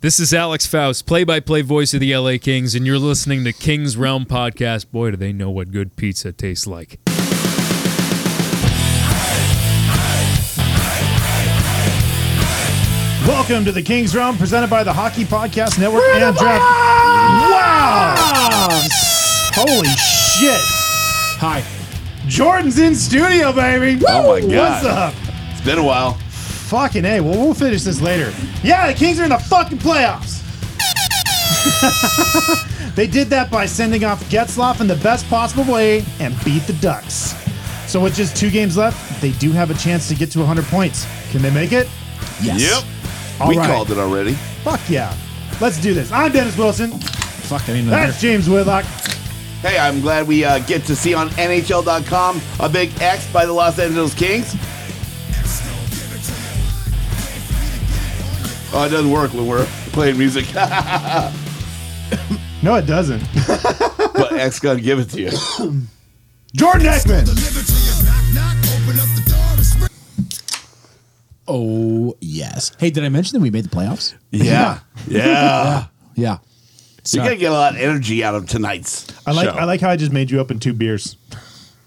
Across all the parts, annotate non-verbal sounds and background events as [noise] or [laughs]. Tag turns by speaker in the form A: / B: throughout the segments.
A: This is Alex Faust, play by play voice of the LA Kings, and you're listening to Kings Realm Podcast. Boy, do they know what good pizza tastes like.
B: Welcome to the Kings Realm, presented by the Hockey Podcast Network and Draft. Wow! Holy shit! Hi, Jordan's in studio, baby.
C: Oh my God.
B: What's up?
C: It's been a while.
B: Fucking a. Well, we'll finish this later. Yeah, the Kings are in the fucking playoffs. [laughs] they did that by sending off Getzloff in the best possible way and beat the Ducks. So with just two games left, they do have a chance to get to 100 points. Can they make it?
C: Yep.
B: All
C: we
B: right.
C: called it already.
B: Fuck yeah. Let's do this. I'm Dennis Wilson. Fuck, I That's James Whitlock.
C: Hey, I'm glad we uh, get to see on NHL.com a big X by the Los Angeles Kings. Oh, it doesn't work when we're playing music, [laughs]
B: No, it doesn't.
C: but X gonna give it to you.
B: Jordan Ekman.
D: Oh yes. Hey, did I mention that we made the playoffs?
C: Yeah, yeah.
D: Yeah.
C: You're gonna get a lot of [laughs] energy out of tonight's.
B: I like
C: show.
B: I like how I just made you open two beers.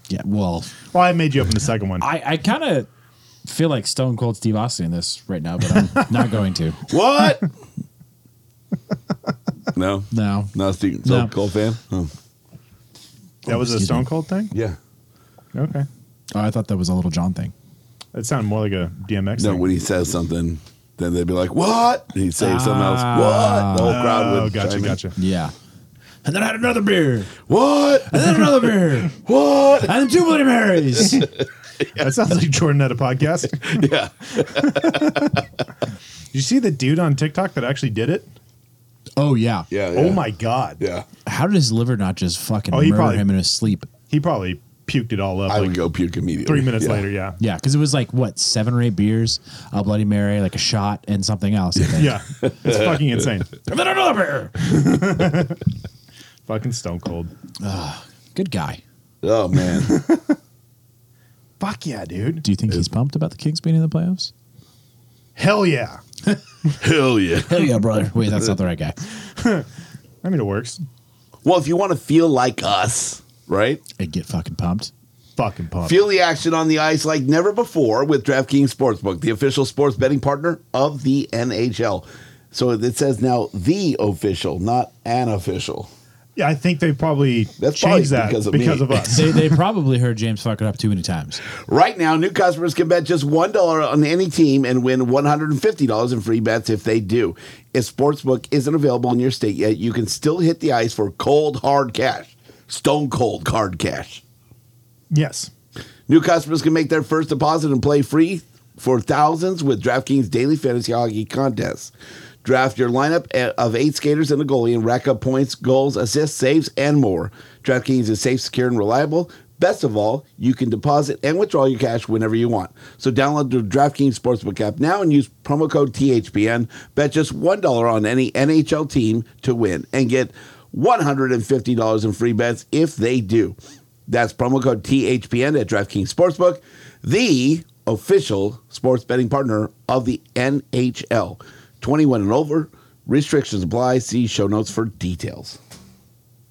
D: Yeah. Well,
B: Well, I made you open the second one.
D: I, I kind of feel like Stone Cold Steve Austin in this right now, but I'm not going to.
C: [laughs] what? no,
D: No.
C: not a Steve
D: No.
C: Cole fan. Oh,
B: that was a
D: excuse me.
B: Stone Cold thing?
C: yeah.
B: Okay.
D: Oh, I thought that was a Little John thing.
B: That sounded more like a DMX
C: No,
B: thing.
C: when he says something, then they'd be like, "What?" And he'd say something else.
D: Ah.
C: What? The whole crowd
B: oh,
C: would.
B: gotcha,
C: chime in.
B: gotcha.
D: Yeah. And then I had another beer.
C: What?
D: And then another beer.
C: [laughs] What?
D: And then two Bloody
C: [laughs]
D: Marys.
B: [laughs] That sounds like Jordan had a podcast. Did
C: Yeah.
B: [laughs] you see the dude on TikTok that actually did it?
D: oh yeah.
C: Yeah.
B: Oh my god.
C: Yeah.
D: How did his liver not just fucking
B: Oh, he
D: murder
B: probably-
D: him in his sleep?
B: He probably puked it all up
C: I
B: like
C: would go puke immediately.
B: three minutes
C: Yeah.
B: later, yeah.
D: Yeah, because it was like what seven or eight beers, a Bloody Mary, like a shot, and something else. I think.
B: [laughs] Yeah. It's fucking insane.
D: [laughs] And then another beer.
B: [laughs] Fucking Stone Cold.
D: Good guy.
C: Oh man.
B: [laughs] Fuck yeah, dude.
D: Do you think he's pumped about the Kings being in the playoffs?
B: Hell yeah.
C: Hell yeah.
D: Hell yeah,
B: [laughs]
D: brother. Wait, that's not the right guy.
B: I mean it works.
C: Well, if you want to feel like us, right?
D: I get fucking pumped.
B: Fucking pumped.
C: Feel the action on the ice like never before with DraftKings Sportsbook, the official sports betting partner of the NHL. So it says now the official, not an official.
B: Yeah, I think they probably
C: That's probably
B: changed that because
C: because of
B: of,
C: me.
B: us.
D: They, they probably heard James fuck it up too many times.
C: [laughs] Right now, new customers can bet just $1 on any team and win $150 in free bets if they do. If Sportsbook isn't available in your state yet, you can still hit the ice for cold, hard cash. Stone cold hard cash.
B: yes.
C: New customers can make their first deposit and play free for thousands with DraftKings Daily Fantasy Hockey Contest. Draft your lineup of eight skaters and a goalie and rack up points, goals, assists, saves, and more. DraftKings is safe, secure, and reliable. Best of all, you can deposit and withdraw your cash whenever you want. So download the DraftKings Sportsbook app now and use promo code THPN. Bet just $1 on any NHL team to win and get $150 in free bets if they do. That's promo code THPN at DraftKings Sportsbook, the official sports betting partner of the NHL. 21 and over, restrictions apply. See show notes for details.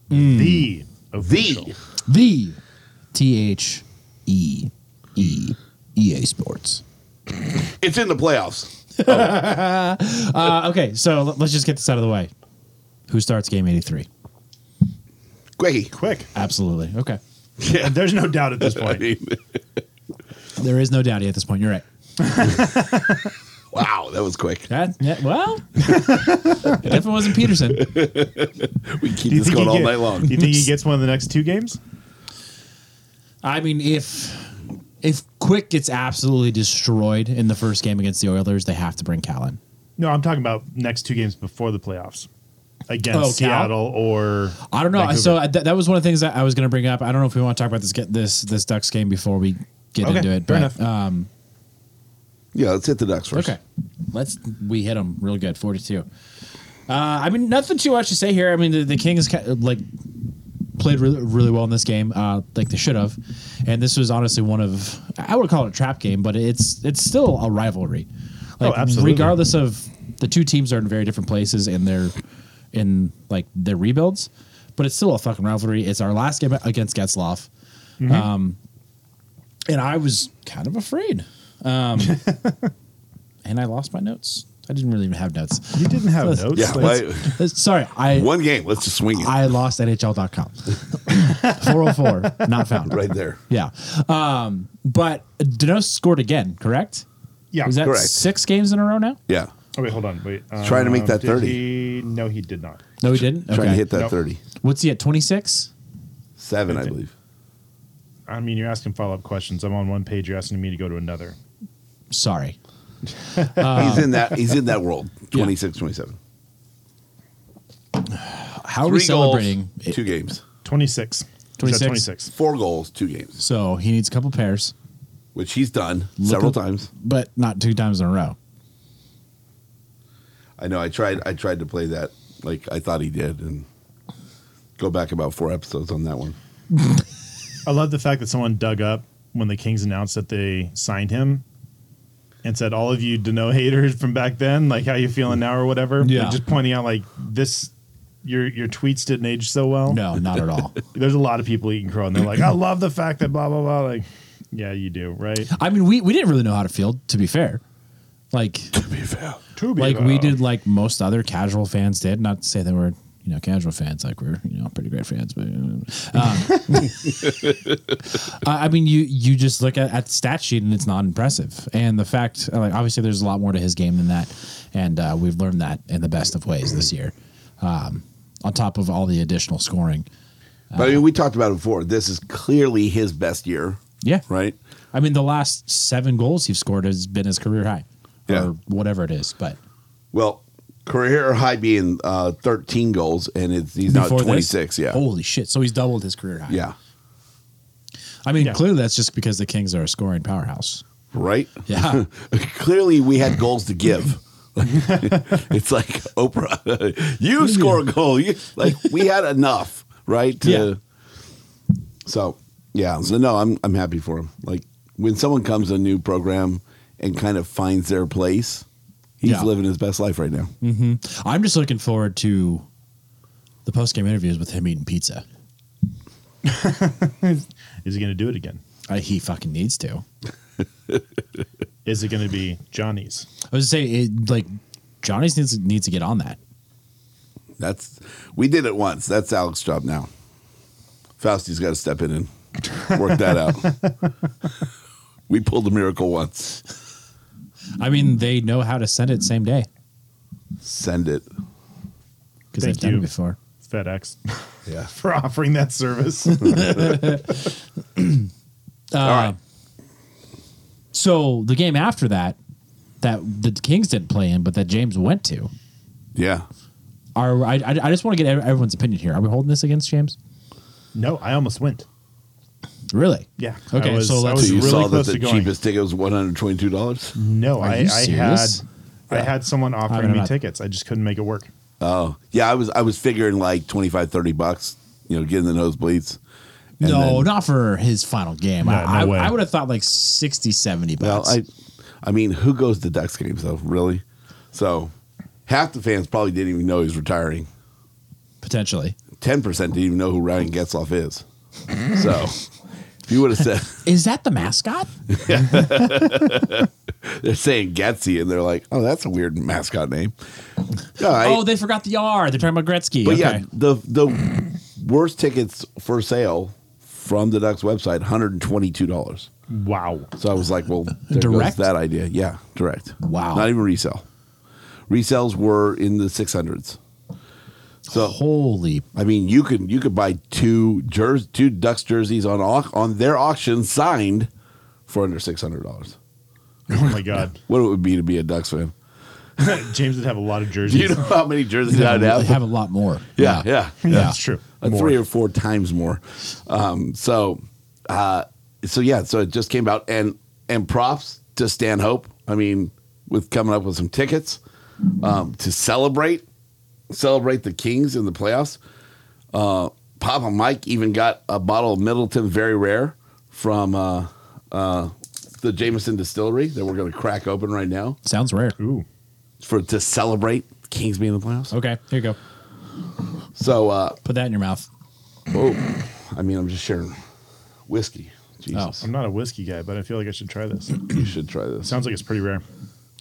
E: Hmm.
B: The
C: The
B: official.
D: The T H E E E A Sports.
C: it's in the playoffs.
E: Uh, okay, so l- let's just get this out of the way. Who starts game 83?
C: Quickie.
B: Quick.
E: Absolutely. Okay.
C: Yeah.
B: There's no doubt at this point.
E: There is no doubty at this point. You're right.
C: [laughs] wow, that was quick.
E: That, yeah, well, definitely wasn't Peterson.
C: We keep this going
B: he
C: all
B: get-
C: night long.
B: do you think he gets one of the next two games?
E: I mean, if if Quick gets absolutely destroyed in the first game against the Oilers, they have to bring Callan.
B: No, I'm talking about next two games before the playoffs against
E: Oh, Cal?
B: Seattle or
E: I don't know.
B: Vancouver.
E: So I- that that was one of the things that I was going to bring up. I don't know if we want to talk about this get this this Ducks game before we get
B: Okay,
E: into it.
B: fair
E: but,
B: enough.
E: Um,
C: Yeah, let's hit the ducks first.
E: okay, let's we hit them real good, forty two. Uh, I mean, nothing too much to say here. I mean, the, the Kings ki- like played really, really well in this game, uh, like they should have. And this was honestly one of I would call it a trap game, but it's it's still a rivalry. Like
B: Oh, absolutely.
E: regardless of the two teams are in very different places in their in like their rebuilds, but it's still a fucking rivalry. It's our last game against Getzloff.
B: Mm-hmm.
E: Um, and I was kind of afraid. Um,
B: [laughs]
E: and I lost my notes. I didn't really even have notes.
B: You
E: [laughs]
B: didn't have notes.
C: Yeah,
B: Like,
C: why-
E: Sorry, I
C: one game. Let's just swing it
E: I lost NHL.com. 404, not found.
C: right there.
E: Yeah. Um, but Dano scored again, correct?
B: yeah.
E: Was that
C: Correct.
E: six games in a row now?
C: Yeah,
B: Oh, wait, hold on. Wait.
C: Trying to make
E: Um,
C: that
B: did
C: 30.
B: he- no, he did not.
E: No, Oh, he didn't.
C: trying to hit that
B: Nope.
C: thirty
E: What's he at? 26?
C: seven, I believe.
B: I mean, you're asking follow up questions. I'm on one page. You're asking me to go to another.
E: Sorry. Uh,
C: he's in that. He's in that
E: [laughs]
C: world. 26, 27.
E: How are
C: Three
E: we
C: goals,
E: celebrating?
C: two games,
B: 26. He's
E: 26?
B: at 26.
C: four goals, two games,
E: So he needs a couple pairs,
C: which he's done several
E: up-
C: times.
E: but not two times in a row.
C: I know. I tried. I tried to play that like I thought he did, and go back about four episodes on that one.
B: I love the fact that someone dug up when the Kings announced that they signed him and said, "All of you Dano haters from back then, like how you feeling now or whatever."
E: Yeah.
B: Like, just pointing out like this, your your tweets didn't age so well.
E: No, not at all.
B: there's a lot of people eating crow, and they're like, "I love the fact that blah blah blah." Like, yeah, you do, right?
E: [laughs] I mean, we, we didn't really know how to field, to be fair. Like, like
B: uh,
E: we did, like most other casual fans did. Not to say that we're, you know, casual fans. Like we're, you know, pretty great fans. But uh, I I mean, you you just look at, at the stat sheet and it's not impressive. And the fact, like, obviously, there's a lot more to his game than that, and uh, we've learned that in the best of ways this year. Um, on top of all the additional scoring,
C: But I mean, we talked about it before. This is clearly his best year,
E: yeah,
C: right?
E: I mean, the last seven goals he's scored has been his career high,
C: Yeah.
E: or whatever it is. But
C: Well, career high being uh, 13 goals, and it's, he's
E: before
C: now
E: this-
C: 26. Yeah.
E: holy shit! So he's doubled his career high.
C: Yeah.
E: I mean,
B: Yeah.
E: clearly that's just because the Kings are a scoring powerhouse.
C: Right?
E: Yeah.
C: [laughs] Clearly, we had goals to
E: [laughs]
C: give. it's like Oprah. [laughs] you score a goal. You, like, we had enough, right? To,
E: Yeah.
C: So, yeah. So, no, I'm, I'm happy for him. Like, when someone comes to a new program and kind of finds their place, he's
E: Yeah. Mm.
C: living his best life right now.
E: I'm just looking forward to the post game interviews with him eating pizza.
B: [laughs] Is he going to do it again?
E: Uh, he fucking needs to.
B: Is it going to be Johnny's?
E: I was saying, it, like, Johnny's needs needs to get on that.
C: That's we did it once. That's Alex's job now. Fausti's got to step in and work that
E: [laughs]
C: out. we pulled a miracle once.
E: I mean, they know how to send it same day
C: Send it.
E: because they've
B: Thank
E: done
B: you.
E: it before.
B: [laughs] FedEx
C: Yeah.
B: for offering
E: [laughs] [clears throat]
B: that service.
E: All right. Uh, So the game after that, that the Kings didn't play in, but that James went to.
C: Yeah.
E: Are I, I I just want to get ev- everyone's opinion here. Are we holding this against James?
B: no, I almost went.
E: Really?
B: Yeah.
E: Okay,
B: I was,
E: so
B: I
E: let's-
B: was
C: So you
B: really
C: saw that
B: close
C: the
B: to going. Mm-hmm.
C: cheapest ticket was one hundred twenty-two dollars.
B: No,
E: Are
B: I,
E: you
B: I had
E: serious?
B: I had someone offering
E: don't
B: me
E: know.
B: tickets. I just couldn't make it work.
C: Oh, yeah. I was I was figuring like 25, 30 bucks. You know, getting the nosebleeds. And
E: No,
C: then-
E: not for his final game.
B: No, no
E: I,
B: way.
E: I, I would have thought like 60, 70
C: Well,
E: bucks.
C: I, I mean, who goes to Ducks games though? Really? So, half the fans probably didn't even know he was retiring.
E: potentially.
C: ten percent didn't even know who Ryan Getzloff is. So If you would have said, [laughs]
B: Is that the mascot?
C: they're saying Getsy, and they're like, oh, that's a weird mascot name. All right.
B: Oh, they forgot the R. They're talking about Gretzky.
C: But
B: okay.
C: yeah, the the worst tickets for sale from the Ducks website, hundred and twenty two dollars.
E: Wow.
C: So I was like, well, there
B: Direct?
C: goes that idea. Yeah, direct.
B: Wow.
C: Not even resell. Resells were in the six hundreds. So
B: Holy.
C: I mean, you could you could buy two jerseys, two Ducks jerseys on au- on their auction signed for under six hundred dollars.
E: [laughs] Oh my
B: [laughs]
E: God.
C: What it would be to be a Ducks fan? [laughs]
E: James would have a lot of
C: Do you
E: jerseys.
C: know how many jerseys
B: They
C: I'd have?
B: have a lot more.
C: yeah, yeah,
E: [laughs] yeah, that's true.
C: Uh, three or four times more. Um, so, uh, so yeah, so it just came out, and and props to Stan Hope. I mean, with coming up with some tickets um, to celebrate, celebrate the Kings in the playoffs. Uh, Papa Mike even got a bottle of Middleton Very Rare from uh, uh, the Jameson Distillery that we're going to crack open right now
B: Sounds rare.
E: Ooh.
C: for to celebrate Kings being in the
E: Oh.
C: playoffs.
B: Okay, here you go.
C: So, uh,
B: Put that in your mouth.
C: oh, I mean, I'm just sharing whiskey.
B: Oh.
C: Jesus.
E: I'm not a whiskey guy, but I feel like I should try this. [clears throat]
C: You should try this.
E: Sounds like it's pretty rare.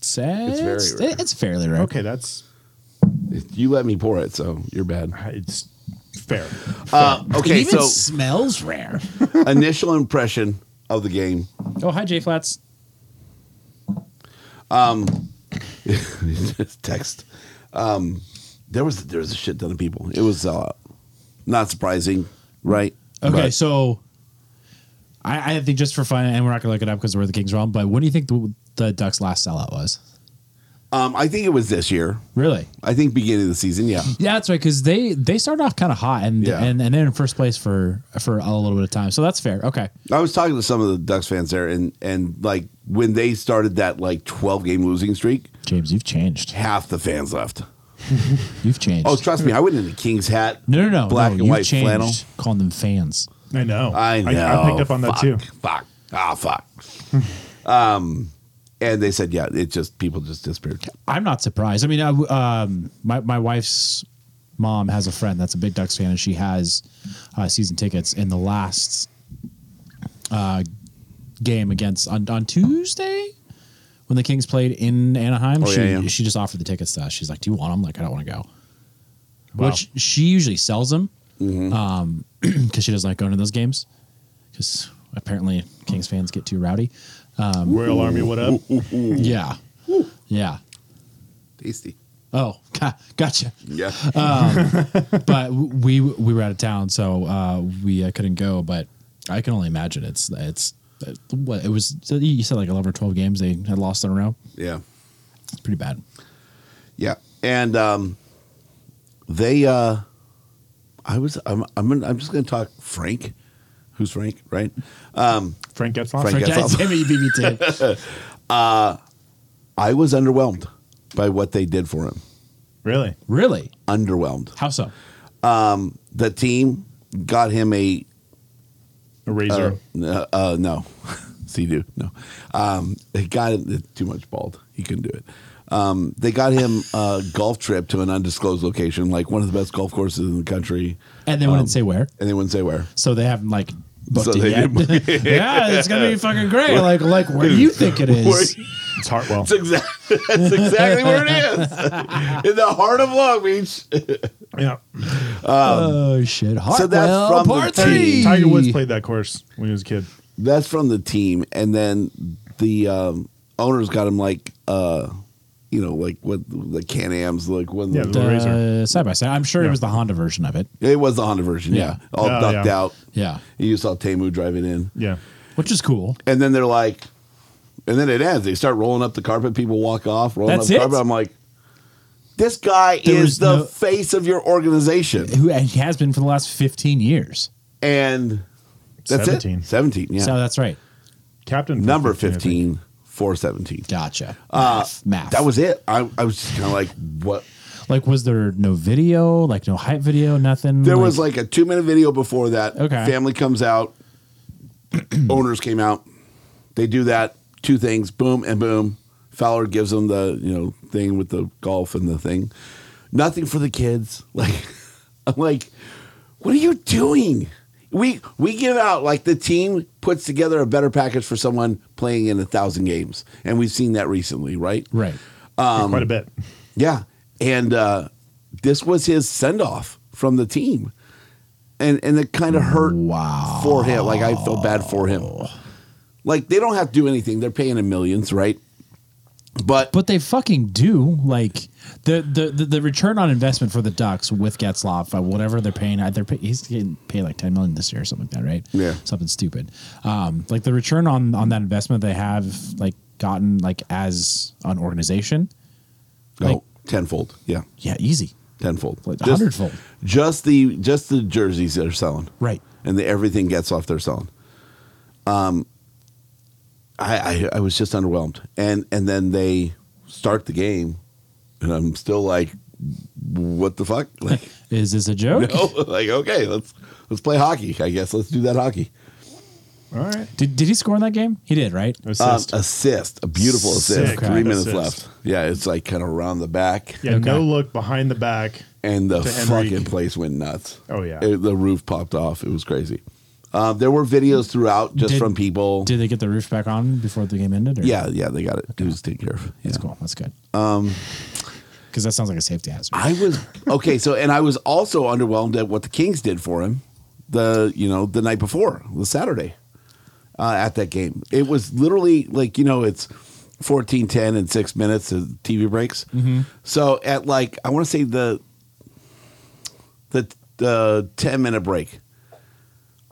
B: Says,
C: very
B: it's,
C: rare.
B: fairly rare.
E: Okay, that's
C: You let me pour it, so you're bad.
E: it's fair.
C: Uh,
B: it
C: okay,
B: even
C: so
B: smells rare.
C: initial impression of the game. [laughs]
B: oh, hi, J Flats.
C: text. Um, there was there was a shit ton of people. It was uh, not surprising, right?
B: Okay,
C: But
B: so I, I think just for fun, and we're not going to look it up because we're the Kings wrong, but what do you think the, the Ducks' last sellout was?
C: um, I think it was this year.
B: Really?
C: I think beginning of the season. Yeah,
B: Yeah, that's right. Because they they started off kind of hot, and,
C: Yeah.
B: and and they're in first place for for a little bit of time. So that's fair. Okay.
C: I was talking to some of the Ducks fans there, and and like when they started that like 12 game losing streak,
B: James, you've changed.
C: half the fans left.
B: You've changed.
C: Oh, trust me, I went in the King's hat.
B: no, no, no,
C: black
B: no,
C: and
B: you've
C: white
B: changed
C: flannel.
B: Calling them fans.
E: I know.
C: I know.
E: I, picked up on that
C: Fuck.
E: too.
C: Fuck. Ah,
E: [laughs]
C: fuck. um, and they said, yeah, it just people just disappeared.
B: I'm not surprised. I mean, I w um, my my wife's mom has a friend that's a big Ducks fan, and she has uh, season tickets. In the last uh, game against on, on Tuesday, when the Kings played in Anaheim,
C: Oh,
B: she
C: yeah, yeah.
B: she just offered the tickets to us. She's like, "Do you want them?" Like, I don't want to go. Which she usually sells them because
C: Mm-hmm.
B: [clears throat] she doesn't like going to those games because apparently Kings fans get too rowdy. Um,
E: Royal Army, what up?
B: Yeah, yeah.
C: Tasty.
B: Oh, [laughs] ga- gotcha. Um,
C: Yeah.
E: Uh, [laughs]
B: but we we were out of town, so uh, we uh, couldn't go. But I can only imagine it's it's uh, what it was. So you said like eleven or twelve games they had lost in a row.
C: yeah.
B: It's pretty bad.
C: Yeah. And um, they, uh, I was, I'm, I'm, gonna, I'm just going to talk Frank. Who's Frank? Right.
E: Frank Getzloff.
C: Frank
E: Frank
C: Getz-
E: Getz-
B: God
C: awful.
B: damn it, you beat me to it.
C: [laughs] I was underwhelmed by what they did for him.
E: Really?
B: Really?
C: Underwhelmed.
B: How so?
C: The team got him a
E: A razor.
C: Uh, uh, no, [laughs] see, dude, no. Um, they got him too much bald. He couldn't do it. Um, they got him a golf trip to an undisclosed location, like one of the best golf courses in the country,
B: And they
C: um,
B: wouldn't
C: [laughs]
B: say where,
C: and they wouldn't say where.
B: so they haven't like booked
C: So
B: it
C: they
B: yet.
C: didn't-
B: yeah, it's gonna be fucking great. like like where do you think it is?
C: Where-
E: it's Hartwell.
C: That's exactly, that's exactly where it is, [laughs] in the heart of Long Beach.
E: yeah.
B: oh shit! Hartwell
C: So that's from the
B: part
C: team.
B: three.
E: Tiger Woods played that course when he was a kid.
C: That's from the team, and then the um, owners got him like, uh, you know, like what the Can Am's, like one of
E: Yeah,
C: the-
E: the razor.
B: Uh, side by side. I'm sure it
E: Yeah.
B: was the Honda version of it.
C: It was the Honda version, yeah.
B: Yeah.
C: All
E: Oh,
C: ducked
E: yeah.
C: out.
B: Yeah,
C: You saw Tamu driving in.
E: Yeah.
B: which is cool.
C: And then they're like, and then it ends. They start rolling up the carpet. People walk off, rolling up
B: That's
C: the
B: it?
C: carpet. I'm like, this guy
B: There
C: is
B: was
C: the
B: no-
C: face of your organization.
B: who he has been for the last 15 years.
C: And that's
E: 17.
C: it. 17, yeah.
B: So that's right.
E: Captain. for
C: Number
E: 15, I think.
C: 15 for 17.
B: Gotcha. math,
C: Uh, That was it. I, I was just kind of like, what?
B: like, was there no video? Like, no hype video? Nothing?
C: There was like a two minute video before that.
B: Okay.
C: Family comes out, [clears throat] owners came out. They do that, two things, boom and boom. Fowler gives them the, you know, thing with the golf and the thing. [laughs] Nothing for the kids. Like I'm like, what are you doing? we we give out like the team puts together a better package for someone playing in a thousand games, and we've seen that recently, right?
D: Right.
C: um,
B: Quite a bit.
C: Yeah, and uh, this was his send off from the team, and and it kind of hurt wow. for him. Like I felt bad for him. Like they don't have to do anything; they're paying him millions, right? But
D: But they fucking do. Like the the the, the return on investment for the Ducks with Getzloff, uh, whatever they're paying, uh, they're pay, he's getting paid like ten million this year or something like that, right?
C: Yeah.
D: something stupid. Um, like the return on on that investment they have like gotten like as an organization, like-
C: oh, tenfold, yeah,
D: yeah, easy,
C: tenfold,
D: like a
C: Just-
D: hundredfold,
C: just the just the jerseys they're selling
D: right?
C: and the, everything gets off their selling um I, I i was just underwhelmed and and then they start the game and i'm still like what the fuck [laughs] like
D: Is this a joke?
C: no [laughs] like okay let's let's play hockey i guess let's do that hockey
B: All right. Uh,
D: Did, did he score in that game? He did, right?
B: Assist.
C: Um, assist a beautiful assist
B: Sick
C: three minutes
B: assist.
C: left yeah it's like kind of around the back
B: yeah, no look behind the back.
C: and the
B: To Henrique.
C: fucking place went nuts.
B: Oh, yeah.
C: It- the roof popped off. It was crazy. Um, there were videos throughout just
D: Did-
C: from people.
D: Did they get the roof back on before the game ended? Or?
C: yeah, yeah, they got it. It was taken care of. Yeah.
D: that's cool. That's good. because that sounds like a safety hazard.
C: Um, I was okay. So, and I was also underwhelmed at what the Kings did for him. The you know the night before the Saturday uh, at that game, it was literally like you know it's 14, 10 and six minutes of TV breaks. So at like I want to say the the the ten minute break,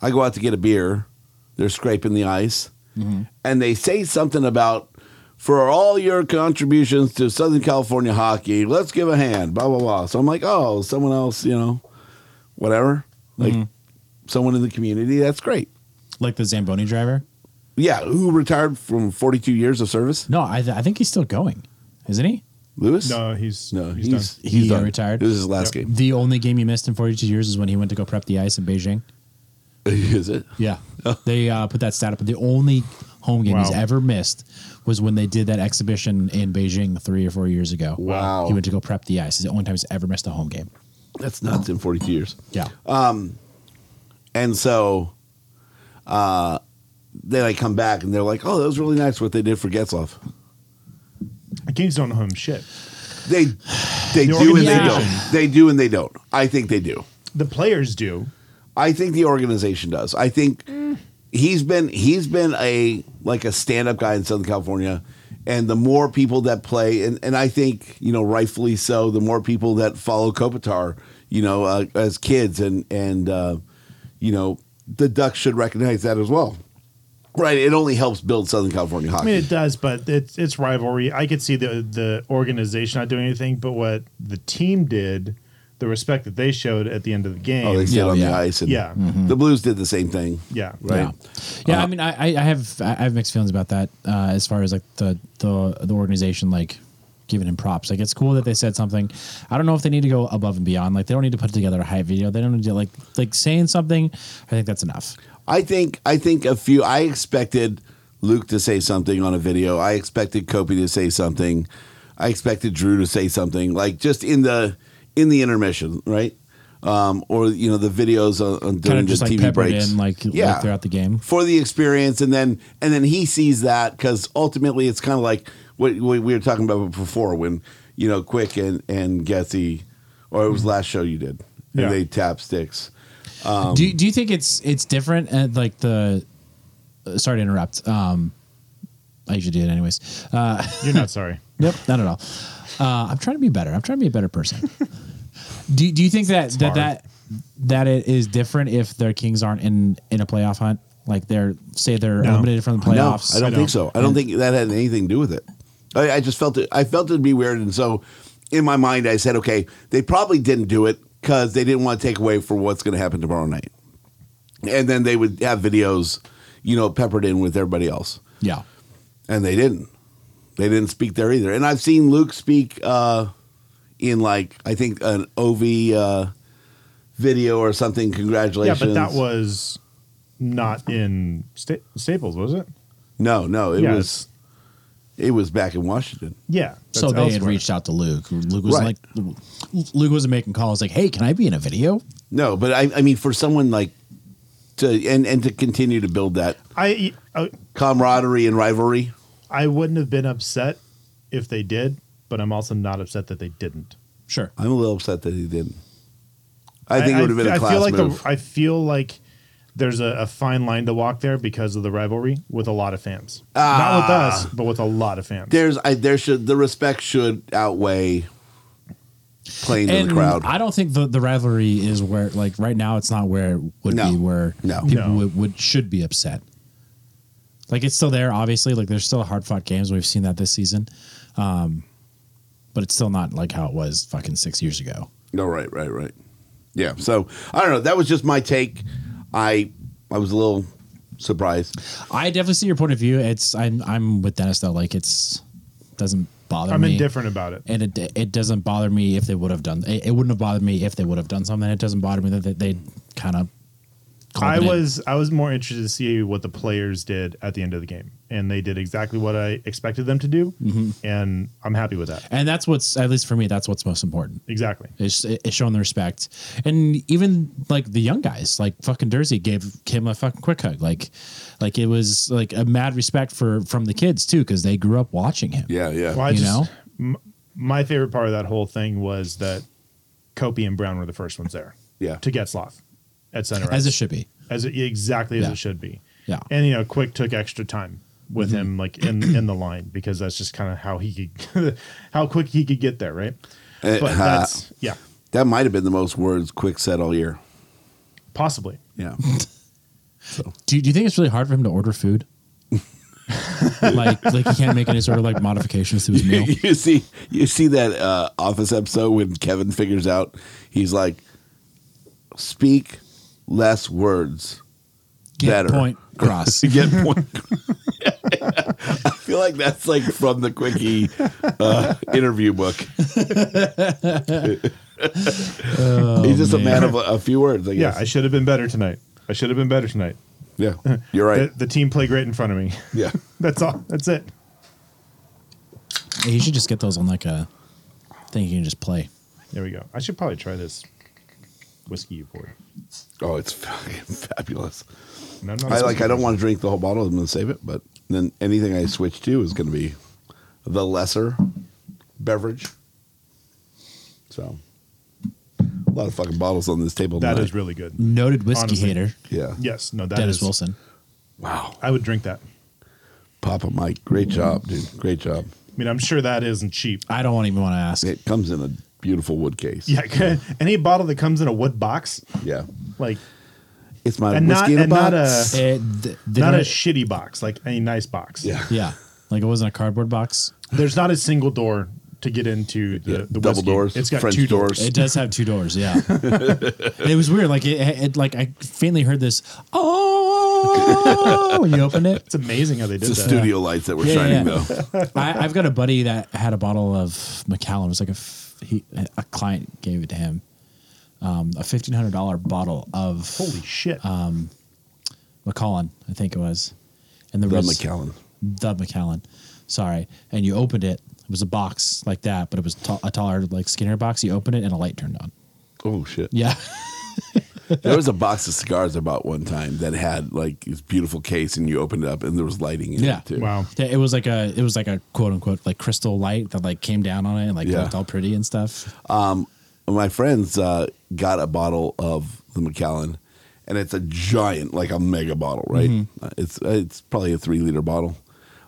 C: I go out to get a beer. They're scraping the ice, and they say something about for all your contributions to Southern California hockey, let's give a hand. Blah blah blah. So I'm like, oh, someone else, you know, whatever, like someone in the community. That's great.
D: like the Zamboni driver.
C: Yeah, who retired from 42 years of service?
D: No, I, th- I think he's still going, isn't he?
C: Lewis?
B: No, he's
C: no,
B: he's,
C: he's he's,
B: done.
D: He, uh,
C: done.
D: retired?
C: This is his last game. [laughs]
D: The only game he missed in 42 years is when he went to go prep the ice in Beijing.
C: is it?
D: Yeah, [laughs] they uh, put that stat up. The only home game he's
B: Wow.
D: ever missed was when they did that exhibition in Beijing three or four years ago.
C: Wow.
D: he went to go prep the ice. It's the only time he's ever missed a home game.
C: That's nuts in 42 years.
D: Yeah,
B: Uh,
C: And so uh then I come back and they're like, "Oh, that was really nice what they did for Getzloff."
B: The Kings don't owe him shit.
C: They they
B: The
C: do and they
D: organization.
C: don't. They do and they don't. I think they do.
B: The players do.
C: I think the organization does. I think he's been he's been a like a stand up guy in Southern California, and the more people that play, and, and I think you know rightfully so, the more people that follow Kopitar, you know, uh, as kids, and and uh, you know the Ducks should recognize that as well, right? It only helps build Southern California
B: I
C: hockey.
B: mean, it does, but it's it's rivalry. I could see the the organization not doing anything, but what the team did, the respect that they showed at the end of the game.
C: oh, they stayed
D: Yeah,
C: on the
D: yeah.
C: ice, and
B: Yeah. Mm-hmm.
C: the Blues did the same thing.
B: yeah,
C: Right.
D: Yeah, yeah I mean, I, I I have I have mixed feelings about that uh, as far as like the the the organization like giving him props. Like it's cool that they said something. I don't know if they need to go above and beyond. Like they don't need to put together a hype video. They don't need to like like saying something. I think that's enough.
C: I think I think a few. I expected Luke to say something on a video. I expected Kobe to say something. I expected Drew to say something like just in the in the intermission, right? Um, or you know the videos on, on
D: Kind
C: during
D: of just
C: the
D: like
C: TV
D: peppered
C: breaks,
D: in like, like
C: Yeah.
D: throughout the game.
C: for the experience, and then and then he sees that because ultimately it's kind of like what, what we were talking about before when you know Quick and and Getsy, or it
D: Mm-hmm.
C: was last show you did,
B: Yeah.
C: and they tap sticks.
D: do Do you think it's it's different at like the? uh, Sorry to interrupt. Um, I usually do it anyways. Uh,
B: You're not sorry.
D: Yep, not at all. Uh, I'm trying to be better. I'm trying to be a better person. do Do you think that that,
B: hard.
D: that that it is different if their Kings aren't in in a playoff hunt? Like they're say they're
B: No.
D: eliminated from the playoffs.
C: No, I don't think so. I don't think that had anything to do with it. I, I just felt it. I felt it'd be weird, and so in my mind, I said, okay, they probably didn't do it because they didn't want to take away for what's going to happen tomorrow night, and then they would have videos, you know, peppered in with everybody else,
D: Yeah,
C: and they didn't. They didn't speak there either. And I've seen Luke speak uh, in like I think an OV uh, video or something.
B: Yeah,
C: Congratulations.
B: but that was not in sta- Staples, was it?
C: no, no. It
B: Yeah,
C: was it was back in Washington.
B: Yeah.
D: so
B: that's
D: they had
B: elsewhere.
D: reached out to Luke. Luke was
C: Right.
D: like, Luke wasn't making calls. Like, hey, can I be in a video?
C: No, but I, I mean, for someone like to and and to continue to build that
B: I uh,
C: camaraderie and rivalry.
B: I wouldn't have been upset if they did, but I'm also not upset that they didn't.
D: Sure.
C: I'm a little upset that he didn't. I think it would have been a
B: I
C: class
B: feel like
C: move.
B: The, I feel like there's a, a fine line to walk there because of the rivalry with a lot of fans. Not with
C: Ah.
B: us, but with a lot of fans.
C: There's I there should the respect should outweigh playing to
D: And
C: the crowd.
D: I don't think the, the rivalry is where like right now it's not where it would
C: No.
D: be where
C: No.
D: people
B: No.
D: Would, would should be upset. Like it's still there, obviously. Like there's still hard fought games. We've seen that this season. Um but it's still not like how it was fucking six years ago.
C: No, right, right, right. Yeah. So I don't know. That was just my take. I I was a little surprised.
D: I definitely see your point of view. It's I'm I'm with Dennis though. Like it's doesn't bother
B: I'm
D: me.
B: indifferent about it.
D: and it it doesn't bother me if they would have done it, it wouldn't have bothered me if they would have done something it doesn't bother me that they, they kind of
B: I was I was more interested to see what the players did at the end of the game, and they did exactly what I expected them to do,
C: Mm-hmm.
B: and I'm happy with that.
D: and that's what's at least for me that's what's most important
B: Exactly.
D: it's, it's showing the respect and even like the young guys like fucking Dersey gave Kim a fucking quick hug like like it was like a mad respect for from the kids too because they grew up watching him
C: Yeah, yeah.
B: Well, I
D: You
B: just,
D: know?
B: m- my favorite part of that whole thing was that Kopi and Brown were the first ones there.
C: Yeah.
B: To Getzloff at center
D: as
B: ice.
D: it should be
B: as it, exactly as
D: Yeah.
B: it should be.
D: Yeah.
B: And you know, Quick took extra time with
C: Mm-hmm.
B: him like in in the line because that's just kind of how he could [laughs] how quick he could get there, right?
C: Uh,
B: But that's yeah,
C: that might have been the most words quick said all year.
B: possibly.
C: Yeah.
D: do, do you think it's really hard for him to order
B: [laughs]
D: food like like he can't make any sort of like modifications to his
B: [laughs]
D: meal
C: [laughs] you see you see that uh, office episode when Kevin figures out he's like speak less words.
D: Get
C: better.
D: point cross
C: to [laughs] get point. [laughs] I feel like that's like from the quickie uh, interview book. He's just a man of a, a few words, I
B: Yeah,
C: guess.
B: I should have been better tonight. I should have been better tonight.
C: Yeah, you're right.
B: The, the team played great in front of me. [laughs]
C: yeah,
B: That's all. That's it.
D: Yeah, you should just get those on like a thing you can just play.
B: There we go. I should probably try this whiskey you poured.
C: oh, it's [laughs] fucking fabulous.
B: And I'm not
C: I
B: a
C: like.
B: whiskey
C: I don't
B: person.
C: want to drink the whole bottle. I'm going to save it, but then anything I switch to is going to be the lesser beverage. So, a lot of fucking bottles on this table.
B: [laughs] That
C: tonight.
B: is really good.
D: Noted whiskey
B: Honestly.
D: hater
C: Mm, yeah.
B: Yes. No. that is
D: Dennis Wilson.
C: Wow,
B: I would drink that.
C: Papa Mike, great job, dude. Great job.
B: I mean, I'm sure that isn't cheap. [laughs]
D: I don't want even want to ask.
C: It comes in a beautiful wood case.
B: Yeah. [laughs] Any bottle that comes in a wood box,
C: Yeah.
B: like
C: It's my
B: And not-
C: whiskey in a
B: and not
C: box.
B: a-
D: Eh, th- they
B: not a
D: don't-
B: shitty box, like a nice box.
C: yeah.
D: yeah, like it wasn't a cardboard box.
B: There's not a single door to get into the,
C: Yeah,
B: the
C: double
B: whiskey.
C: doors,
B: It's got
C: French
B: two doors.
C: doors.
D: It does have two doors. Yeah, And it was weird. Like it, it, like I faintly heard this. Oh, when you opened it.
B: It's amazing how they did
C: It's the
B: that.
C: studio lights that were
D: Yeah,
C: shining,
D: yeah.
C: though.
D: I, I've got a buddy that had a bottle of Macallan. It was like a f- he, a client gave it to him. Um, a fifteen hundred dollar bottle of
B: Holy shit!
C: Um,
D: Macallan, I think it was, and there
C: The
D: was
C: McAllen.
D: the McAllen. Sorry. And you opened it. It was a box like that, but it was ta- a taller, like skinnier box. You opened it and a light turned on.
C: Oh, shit.
D: Yeah.
C: There was a box of cigars I bought one time that had like this beautiful case, and you opened it up, and there was lighting in
D: Yeah.
C: it,
D: [laughs]
C: too.
B: wow.
D: Yeah, It was like a, it was like a quote unquote like crystal light that like came down on it and like
C: Yeah.
D: looked all pretty and stuff.
C: My friends uh, got a bottle of the McAllen, and it's a giant, like a mega bottle, right?
D: Mm-hmm.
C: Uh, It's it's probably a three liter bottle.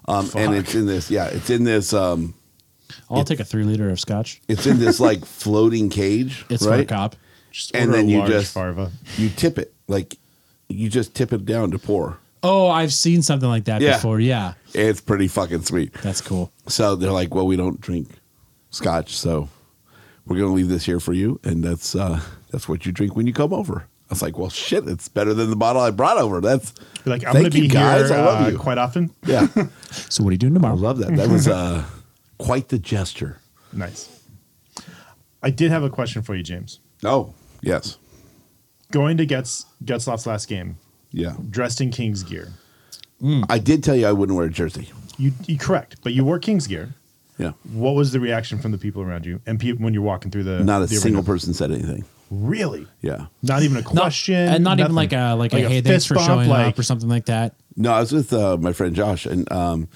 C: Um, and it's in this, yeah, it's in this, um,
D: I'll take a three liter of scotch.
C: it's in this like [laughs] floating cage,
D: It's for a
C: right?
D: cop.
B: Just
C: and
B: order
C: then
B: a
C: you
B: large
C: just-
B: farva.
C: you tip it like you just tip it down to pour.
D: Oh, I've seen something like that
C: Yeah.
D: before. Yeah.
C: It's pretty fucking sweet.
D: That's cool.
C: So they're like, "Well, we don't drink scotch, so we're gonna leave this here for you, and that's uh, that's what you drink when you come over." I was like, "Well, shit, it's better than the bottle I brought over." That's
B: Be Like I'm
C: Thank
B: going to
C: you,
B: be
C: guys.
B: here
C: I love
B: uh,
C: you.
B: quite often.
C: [laughs] yeah,
D: So what are you doing
C: I
D: tomorrow?
C: love that. That was uh, quite the gesture.
B: Nice. I did have a question for you, James.
C: Oh, yes,
B: Going to Getz Getzloff's last game,
C: yeah.
B: dressed in Kings gear.
C: Hmm. I did tell you I wouldn't wear a jersey.
B: You, you correct, but you wore Kings gear.
C: Yeah.
B: What was the reaction from the people around you and pe- when you're walking through the?
C: Not a
B: the
C: single
B: arena?
C: person said anything.
B: Really?
C: Yeah.
B: Not even a
D: Not-
B: question,
D: and not even
B: nothing.
D: like a like, a, hey thanks
B: fist
D: for
B: bump,
D: showing
B: like-
D: up or something like that.
C: No, I was with uh, my friend Josh, and um,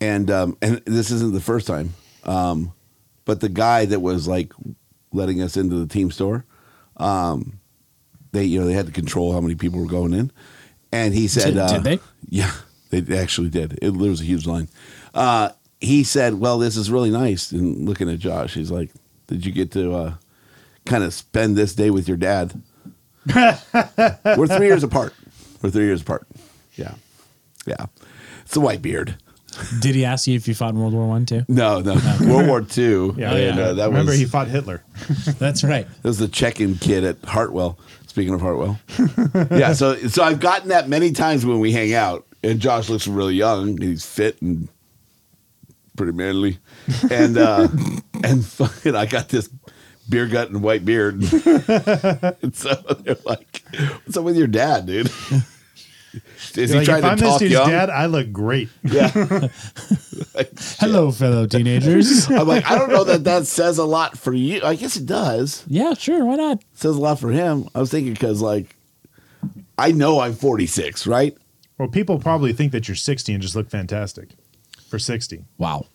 C: and um, and this isn't the first time, um, but the guy that was like letting us into the team store, um, they you know they had to control how many people were going in, and he said,
D: Did-
C: uh,
D: did they?
C: Yeah, they actually did. It, there was a huge line. Uh, he said, "Well, this is really nice." And looking at Josh, he's like, "Did you get to uh, kind of spend this day with
D: [laughs]
C: your dad?" We're three years apart. We're three years apart. Yeah. Yeah. It's a white beard.
D: Did he ask you if you fought in World War One too?
C: No, no. [laughs] World War II.
B: Yeah,
C: and,
B: yeah.
C: uh, that
B: Remember,
C: was
B: he fought Hitler.
D: That's right.
C: that was the check-in kid at Hartwell. Speaking of Hartwell. [laughs] yeah, so so I've gotten that many times when we hang out. And Josh looks really young and he's fit and pretty manly. And
B: [laughs]
C: uh and fucking I got this beer gut and white beard. [laughs] and so they're like, What's up with your dad, dude? [laughs] Is he
B: Like,
C: trying
B: if
C: to
B: I'm this
C: talk
B: dude's
C: young?
B: dad, [laughs] I look great.
C: Yeah.
D: Hello, fellow teenagers.
C: I'm like, I don't know that that says a lot for you. I guess it does.
D: yeah, sure. Why not?
C: It says a lot for him. I was thinking because, like, I know I'm 46, right?
B: Well, people probably think that you're 60 and just look fantastic for 60.
D: Wow.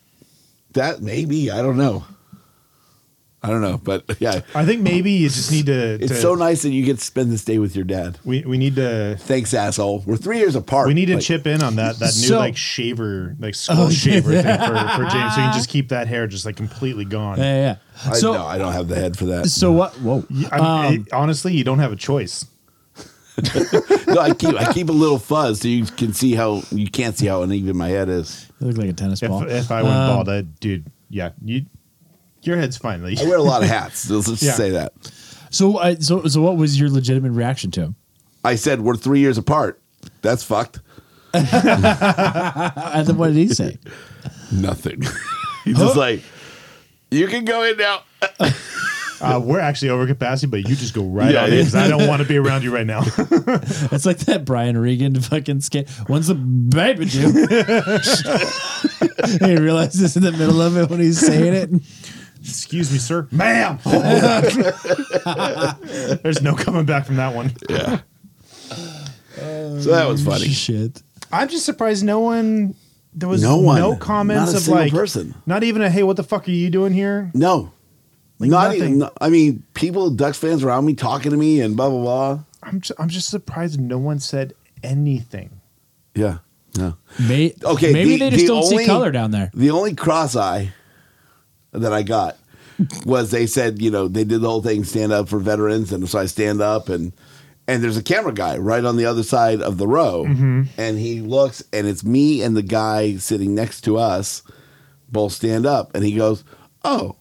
C: That maybe I don't know. I don't know, but [laughs] yeah,
B: I think maybe you just need to.
C: it's
B: to-
C: so nice that you get to spend this day with your dad.
B: We, we need to
C: Thanks, asshole. We're three years apart.
B: we need to
C: Like,
B: chip in on that that new
D: So- Oh,
B: like shaver
D: [laughs]
B: like skull shaver thing for, for James. So you can just keep that hair just like completely gone.
D: Yeah, yeah. yeah.
C: I,
D: So,
C: no, I don't have the head for
B: [laughs]
C: that.
D: so what? Whoa.
B: I
D: um,
B: mean, it- honestly, you don't have a choice.
C: No, I keep I keep a little fuzz so you can see how you can't see how uneven my head is.
D: You look like a tennis
B: If,
D: ball.
B: if I went
D: Um,
B: bald, I, dude, yeah, you your head's fine. Like,
C: I wear a lot of hats. Let's just
B: Yeah.
C: say that.
D: So, I so, so what was your legitimate reaction to him?
C: I said we're three years apart. That's fucked.
D: Uh, and then what did he
B: [laughs]
D: say?
C: nothing. [laughs] He's just like, you can go in now.
B: uh, we're actually over capacity, but you just go right
C: Yeah,
B: on in
C: yeah.
B: 'cause I don't want to be around you
C: [laughs]
B: right now.
D: It's like that Brian Regan fucking skit. When's the baby
B: [laughs]
D: due? he realizes in the middle of it when he's saying it.
B: Excuse me, sir, ma'am. [laughs] There's no coming back from that one.
C: So that was funny.
D: Shit.
B: I'm just surprised no one. There was
C: No
B: no,
C: one.
B: comments
C: Not a
B: of
C: single
B: like
C: person.
B: not even a hey, what the fuck are you doing here?
C: No, not
B: nothing.
C: even. I mean, people, Ducks fans around me talking to me and blah blah blah.
B: I'm just, I'm just surprised no one said anything.
C: Yeah, no.
D: May,
C: Okay,
D: okay, maybe
C: the-
D: they just
C: the
D: don't
C: only-
D: see color down there.
C: The only cross eye that
D: [laughs]
C: I got was they said, you know, they did the whole thing stand up for veterans, and so I stand up and and there's a camera guy right on the other side of the row, and he looks, and it's me and the guy sitting next to us, both stand up, and he goes, oh,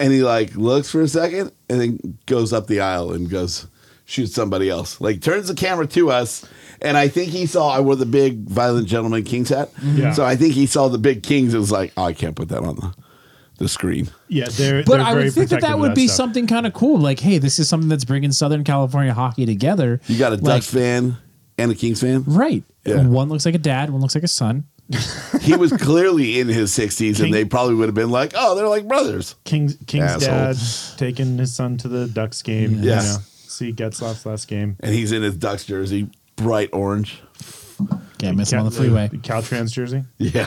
C: and he like looks for a second, and then goes up the aisle and goes shoots somebody else, like turns the camera to us. And I think he saw I wore the big violent gentleman king's hat,
B: Yeah.
C: so I think he saw the big kings and was like, "Oh, I can't put that on the, the screen."
B: Yeah, they're
D: But
B: they're
D: I
B: very
D: would think that
B: protective
D: that
B: of
D: would be
B: stuff.
D: something kind of cool. Like, hey, this is something that's bringing Southern California hockey together.
C: You got a
D: Like-
C: Ducks fan and a Kings fan.
D: Right.
C: Yeah.
D: One looks like a dad, one looks like a son. [laughs]
C: He was clearly in his sixties,
B: King-
C: and they probably would have been like, "Oh, they're like brothers."
B: King's King's
C: Asshole.
B: dad taking his son to the Ducks game.
C: Yes.
B: You know, see Getzloff's last game.
C: And he's in his Ducks jersey, bright orange. [laughs]
D: Can't miss him on the
B: Cal-
D: freeway.
B: the Caltrans jersey.
C: Yeah.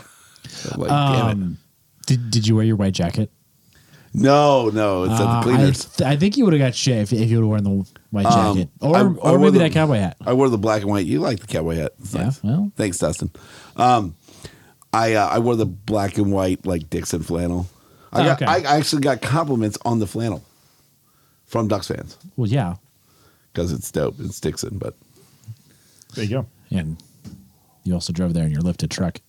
C: I'm like, damn it.
D: Um, did, did you wear your white jacket?
C: No, no, it's at
D: Uh,
C: the cleaners.
D: I, th- I think you would have got shit if, if you would have worn the white
C: Um,
D: jacket or,
C: I- I
D: or
C: wore
D: maybe
C: the-
D: that cowboy hat.
C: I wore the black and white. You like the cowboy hat? It's
D: Yeah,
C: nice.
D: well.
C: thanks, Dustin. Um, I uh, I wore the black and white like Dixon flannel. I
D: Oh,
C: got,
D: okay.
C: I actually got compliments on the flannel from Ducks fans
D: Well, yeah,
C: because it's dope. It's Dixon, but
B: There you go.
D: and you also drove there in your lifted truck.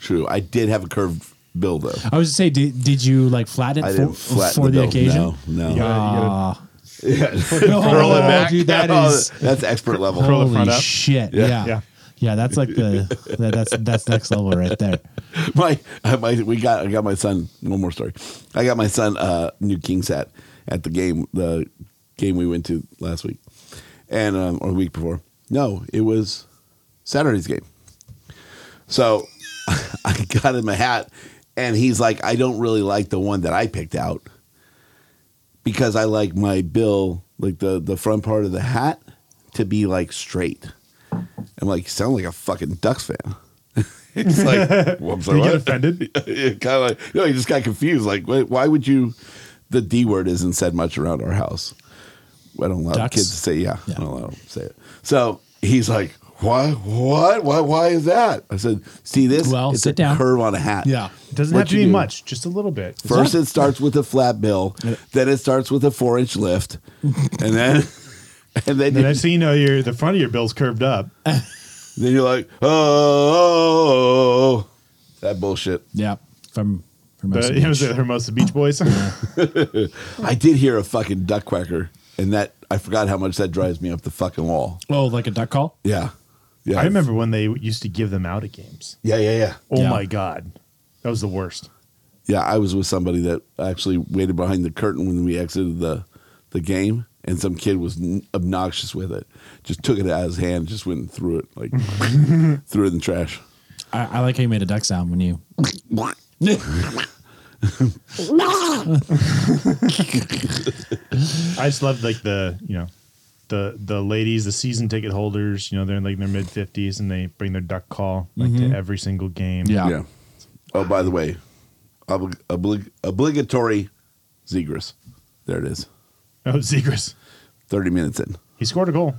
C: true. I did have a curved bill though.
D: I was to say, did, did you like flatten
C: I
D: it
C: didn't
D: for,
C: flatten
D: for the,
C: bill.
D: occasion? Ah.
C: No,
B: You
C: no.
B: gotta, you
D: [laughs]
B: gotta
C: [laughs]
D: No,
B: it back.
D: dude, that
C: Oh,
D: is
C: [laughs] that's expert level.
B: Curl it
D: holy
B: front up.
D: shit.
C: Yeah.
D: Yeah. yeah,
B: Yeah.
D: that's like the that, that's that's next level right
C: [laughs]
D: there.
C: my, uh, my we got I got my son one more story. I got my son uh new Kings hat at the game the game we went to last week and um, or the week before. No, it [laughs] was Saturday's game. So I got him a hat And he's like, I don't really like the one that I picked out because I like my bill, like the, the front part of the hat, to be like straight. I'm like, you sound like a fucking Ducks fan. [laughs] He's like, well, I'm sorry,
B: Did he get
C: what?
B: offended?
C: kind of like, no, he just got confused. Like, why, why would you? The D word isn't said much around our house. I don't allow
D: Ducks?
C: kids to say, yeah,
D: Yeah.
C: I don't allow them to say it. So he's like, why, what, why, why is that? I said, see this?
D: Well,
C: it's
D: sit
C: a
D: down.
C: curve on a hat.
D: Yeah.
B: Doesn't
C: What
B: have to
C: you
B: be
C: do-
B: much, just a little bit.
C: First, it starts with a flat bill. Then it starts with a four
D: [laughs]
C: inch lift, and then [laughs] and then,
B: And
C: you,
B: then so you know your the front of your bill's curved up.
C: then you're like, oh, oh, oh, oh, that bullshit.
D: Yeah. From from
B: The,
D: Hermosa
B: [laughs] it was
D: Beach.
B: the Hermosa Beach Boys.
C: I did hear a fucking duck quacker, and that I forgot how much that drives me up the fucking wall.
D: Oh, like a duck call?
C: Yeah, yeah.
B: [laughs] I remember when they used to give them out at games.
C: Yeah, yeah, yeah,
B: Oh
D: Yeah.
B: my god, that was the worst.
C: yeah. I was with somebody that actually waited behind the curtain when we exited the the game, and some kid was n- obnoxious with it. Just took it out of his hand, just went and threw it like threw it in the trash.
D: I, I like how you made a duck sound when you.
B: I just loved like the you know the the ladies, the season ticket holders. You know they're in like their mid fifties and they bring their duck call like to every single game.
D: Yeah.
C: Yeah. Oh, by the way, obli- obli- obligatory Zegers. There it is.
B: Oh Zegers,
C: Thirty minutes in.
B: he scored a goal.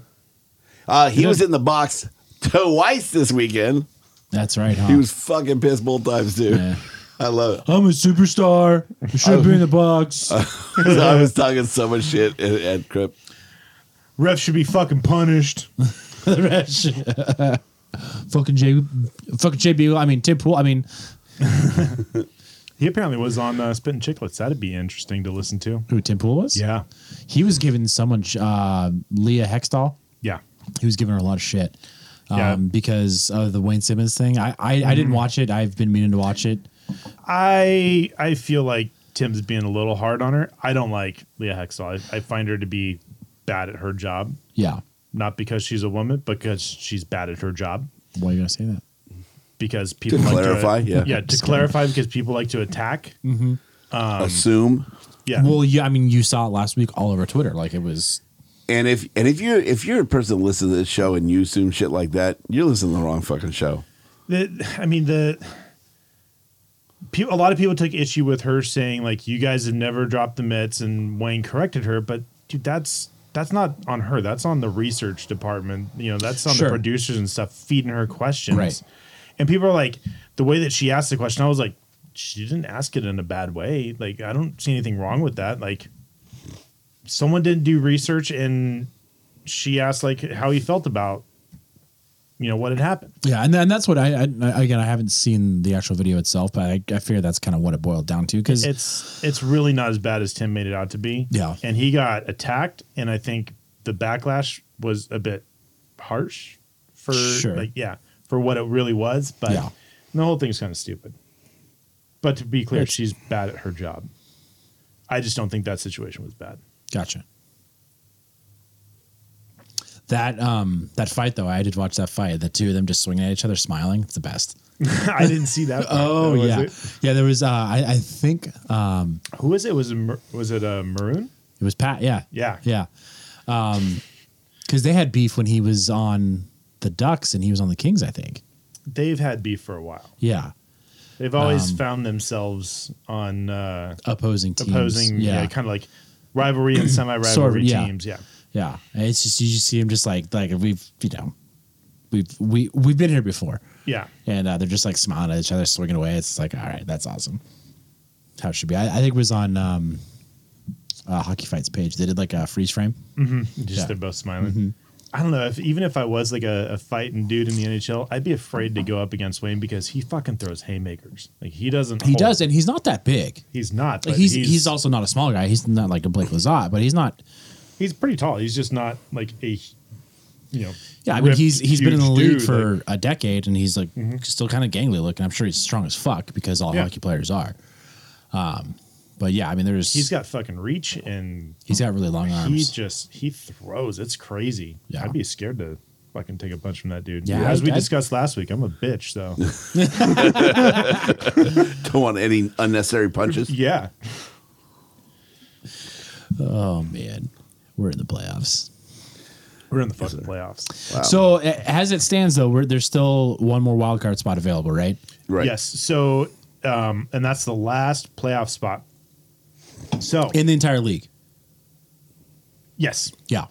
C: Uh, he was in the box twice this weekend.
D: That's right, huh?
C: He was fucking pissed both times too.
D: Yeah.
C: [laughs] I love it.
D: I'm a superstar. I
C: Oh.
D: should be in the
C: [laughs]
D: box. [laughs]
C: I was talking so much shit at, at Crip.
B: Ref should be fucking punished.
D: the rest. fucking J, fucking JB. I mean Tim Pool. I mean,
B: He apparently was on uh, Spitting Chicklets. That'd be interesting to listen to.
D: who Tim Pool was?
B: Yeah,
D: he was giving someone uh, Leah Hextall.
B: yeah.
D: He was giving her a lot of shit um,
B: Yeah. Mm.
D: because of the Wayne Simmons thing. I I, I didn't watch it. I've been meaning to watch it.
B: I I feel like Tim's being a little hard on her. I don't like Leah Hextall. I, I find her to be bad at her job,
D: Yeah.
B: not because she's a woman, but because she's bad at her job.
D: Why are you gonna say that?
B: Because people
C: To
B: like [laughs]
C: clarify,
B: to,
C: yeah. Mm-hmm.
B: yeah, to clarify because people like to attack.
D: Um,
C: Assume.
B: Yeah,
D: Well, yeah. I mean, you saw it last week all over Twitter. Like it was.
C: And if and if you if you're a person that listens to this show and you assume shit like that, you're listening to the wrong fucking show.
B: The- I mean the. pe- A lot of people took issue with her saying like, "You guys have never dropped the mitts," and Wayne corrected her. But dude, that's that's not on her. That's on the research department. You know, that's on
D: Sure.
B: the producers and stuff feeding her questions.
D: Right.
B: And people are like, the way that she asked the question, I was like, she didn't ask it in a bad way. Like, I don't see anything wrong with that. Like, someone didn't do research and she asked like how he felt about, you know, what had happened.
D: Yeah, and, and that's what I, I again. I haven't seen the actual video itself, but I, I fear that's kind of what it boiled down to. Because
B: it's it's really not as bad as Tim made it out to be.
D: Yeah.
B: And he got attacked, and I think the backlash was a bit harsh for
D: Sure.
B: like yeah for what it really was. But
D: Yeah.
B: the whole thing's kind of stupid. But to be clear,
D: It's-
B: she's bad at her job. I just don't think that situation was bad. [laughs]
D: Gotcha. That um that fight though, I did watch that fight. The two of them just swinging at each other, smiling. It's the best.
B: I didn't
D: [laughs]
B: see that. part.
D: Oh
B: Was
D: yeah,
B: it-
D: yeah. There was uh, I I think uh,
B: who was it? Was it Mar- was it uh, Maroon?
D: it was Pat. Yeah,
B: Yeah.
D: yeah. Um, because they had beef when he was on the Ducks and he was on the Kings. I think.
B: They've had beef for a while.
D: Yeah,
B: They've always
D: Um,
B: found themselves on uh,
D: opposing teams.
B: opposing, yeah,
D: yeah,
B: kind of like rivalry and [clears throat] semi-rivalry
D: Sort of, yeah.
B: teams. Yeah,
D: yeah. And It's just you just see him just like like we've you know we've we we've been here before.
B: yeah.
D: and uh, they're just like smiling at each other, swinging away. It's like, all right, that's awesome. How it should be. I, I think it was on um, uh, Hockey Fights page. They did like a freeze frame.
B: Just
D: Yeah. Mm-hmm.
B: they're both smiling. I don't know if even if I was like a, a fighting dude in the NHL, I'd be afraid to go up against Wayne because he fucking throws haymakers. Like he doesn't.
D: He
B: hold.
D: does, and he's not that big.
B: He's not.
D: Like
B: but
D: he's, he's also not a small guy. He's not like a Blake Lazat, but he's not.
B: he's pretty tall. He's just not like a you know.
D: Yeah, I mean
B: ripped,
D: he's he's been in the
B: huge
D: league
B: dude,
D: for
B: like- Mm-hmm.
D: a decade, and he's like still kind of gangly looking. I'm sure he's strong as fuck because all
B: Yeah.
D: hockey players are. Um, but yeah, I mean there's
B: he's got fucking reach and
D: he's got really long
B: he
D: arms.
B: just he throws. It's crazy.
D: Yeah.
B: I'd be scared to fucking take a punch from that dude.
D: Yeah,
B: As
D: I-
B: we
D: I-
B: discussed last week, I'm a bitch, so
C: Don't want any unnecessary punches.
B: yeah.
D: Oh man, we're in the playoffs.
B: We're in the fucking playoffs.
D: So a- as it stands, though, we're, there's still one more wild card spot available, right?
C: Right.
B: Yes. So um, and that's the last playoff spot. So
D: In the entire league.
B: yes,
D: Yeah,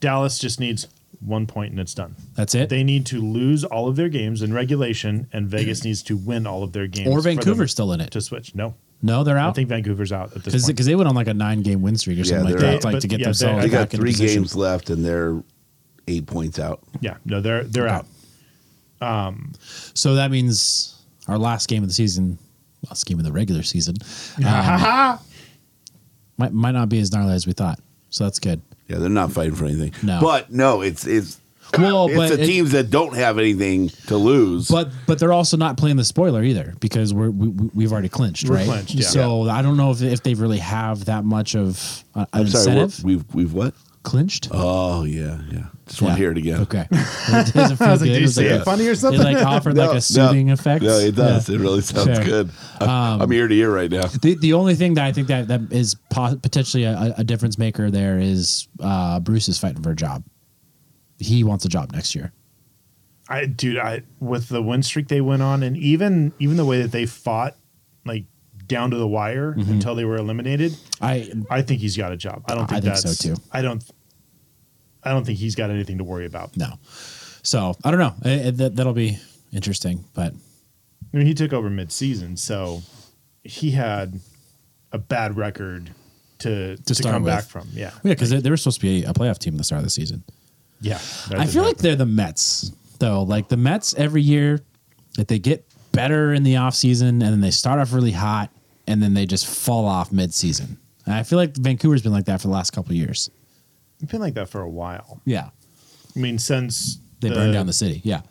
B: Dallas just needs one point and it's done.
D: that's it.
B: They need to lose all of their games in regulation,
D: [clears throat]
B: and Vegas needs to win all of their games.
D: or
B: for them
D: Vancouver's still in it.
B: to switch. No,
D: no, they're
B: I
D: out
B: think Vancouver's out at
D: because
B: this point.
D: they went on like a nine game win streak or something like
C: they're
D: that,
B: out.
D: like
B: But-
D: to get
B: yeah,
D: themselves
B: they're-
C: They got
D: back in
C: three
D: position.
C: games left, and they're eight points out.
B: yeah, no, they're they're out.
D: So that means our last game of the season, last game of the regular
B: [laughs]
D: season, um, might might not be as gnarly as we thought. So that's good.
C: Yeah, they're not fighting for anything.
D: No.
C: But no, it's it's
D: Well,
C: it's
D: but
C: the
D: it-
C: teams that don't have anything to lose.
D: But but they're also not playing the spoiler either because we're we, we- we've already clinched,
B: We're
D: right?
B: clinched, yeah.
D: So I don't know if if they really have that much of uh, an
C: I'm sorry, we're-
D: incentive
C: we've we've what?
D: clinched.
C: Oh yeah, yeah. Just want
D: Yeah.
C: to hear it again.
D: Okay, [laughs] it doesn't
B: [laughs]
D: feel good.
B: "Did you
D: It was
B: say
D: like
B: it
D: a-
B: funny or something?"
D: It like offered
C: [laughs] No,
D: like
C: no,
D: a soothing effect.
C: No, it does.
D: Yeah.
C: It really sounds
D: Sure.
C: good. [laughs] I'm, I'm ear to ear right now.
D: The, the only thing that I think that, that is po- potentially a, a difference maker there is uh, Bruce is fighting for a job. He wants a job next year.
B: I dude, I with the win streak they went on, and even even the way that they fought, like down to the wire
D: Mm-hmm.
B: until they were eliminated.
D: I
B: I think he's got a job. I don't
D: I
B: think,
D: think so,
B: that's,
D: too.
B: I don't. I don't think he's got anything to worry about.
D: no. So I don't know. I- I- that, that'll be interesting, but
B: I mean, he took over mid-season, so he had a bad record to to,
D: start
B: come
D: with.
B: back from. Yeah,
D: yeah, because they, they were supposed to be a playoff team at the start of the season.
B: yeah. that
D: I
B: didn't
D: feel like
B: happen.
D: they're the Mets, though. Like the Mets every year, that they get better in the offseason and then they start off really hot and then they just fall off midseason. And I feel like Vancouver's been like that for the last couple of years.
B: it's been like that for a while.
D: Yeah.
B: I mean, since
D: They burned down the city. Yeah.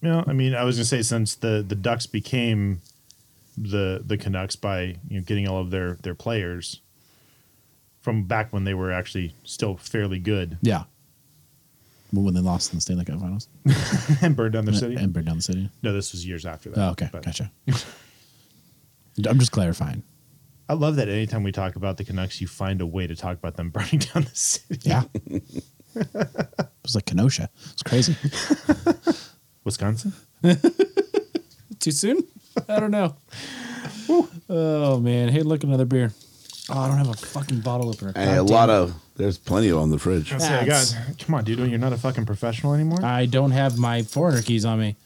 B: You know, I mean, I was gonna say since the the Ducks became the the Canucks by you know getting all of their their players from back when they were actually still fairly good [laughs]
D: Yeah. Well, when they lost in the Stanley Cup Finals
B: and burned down their city.
D: and burned down the city.
B: no, this was years after that.
D: Oh, okay,
B: But [laughs]
D: gotcha. I'm just clarifying.
B: I love that anytime we talk about the Canucks, you find a way to talk about them [laughs] burning down the city. [laughs]
D: Yeah, it was like Kenosha. It's crazy.
B: Wisconsin.
D: Too soon? I don't [laughs] know. oh man! Hey, look, another beer. Oh, I don't have a fucking bottle opener.
C: Hey, a lot of there's plenty on the fridge.
B: That's Ah, it.
D: That's-
B: God, come on, dude. You're not a fucking professional anymore.
D: I don't have my foreigner keys on me.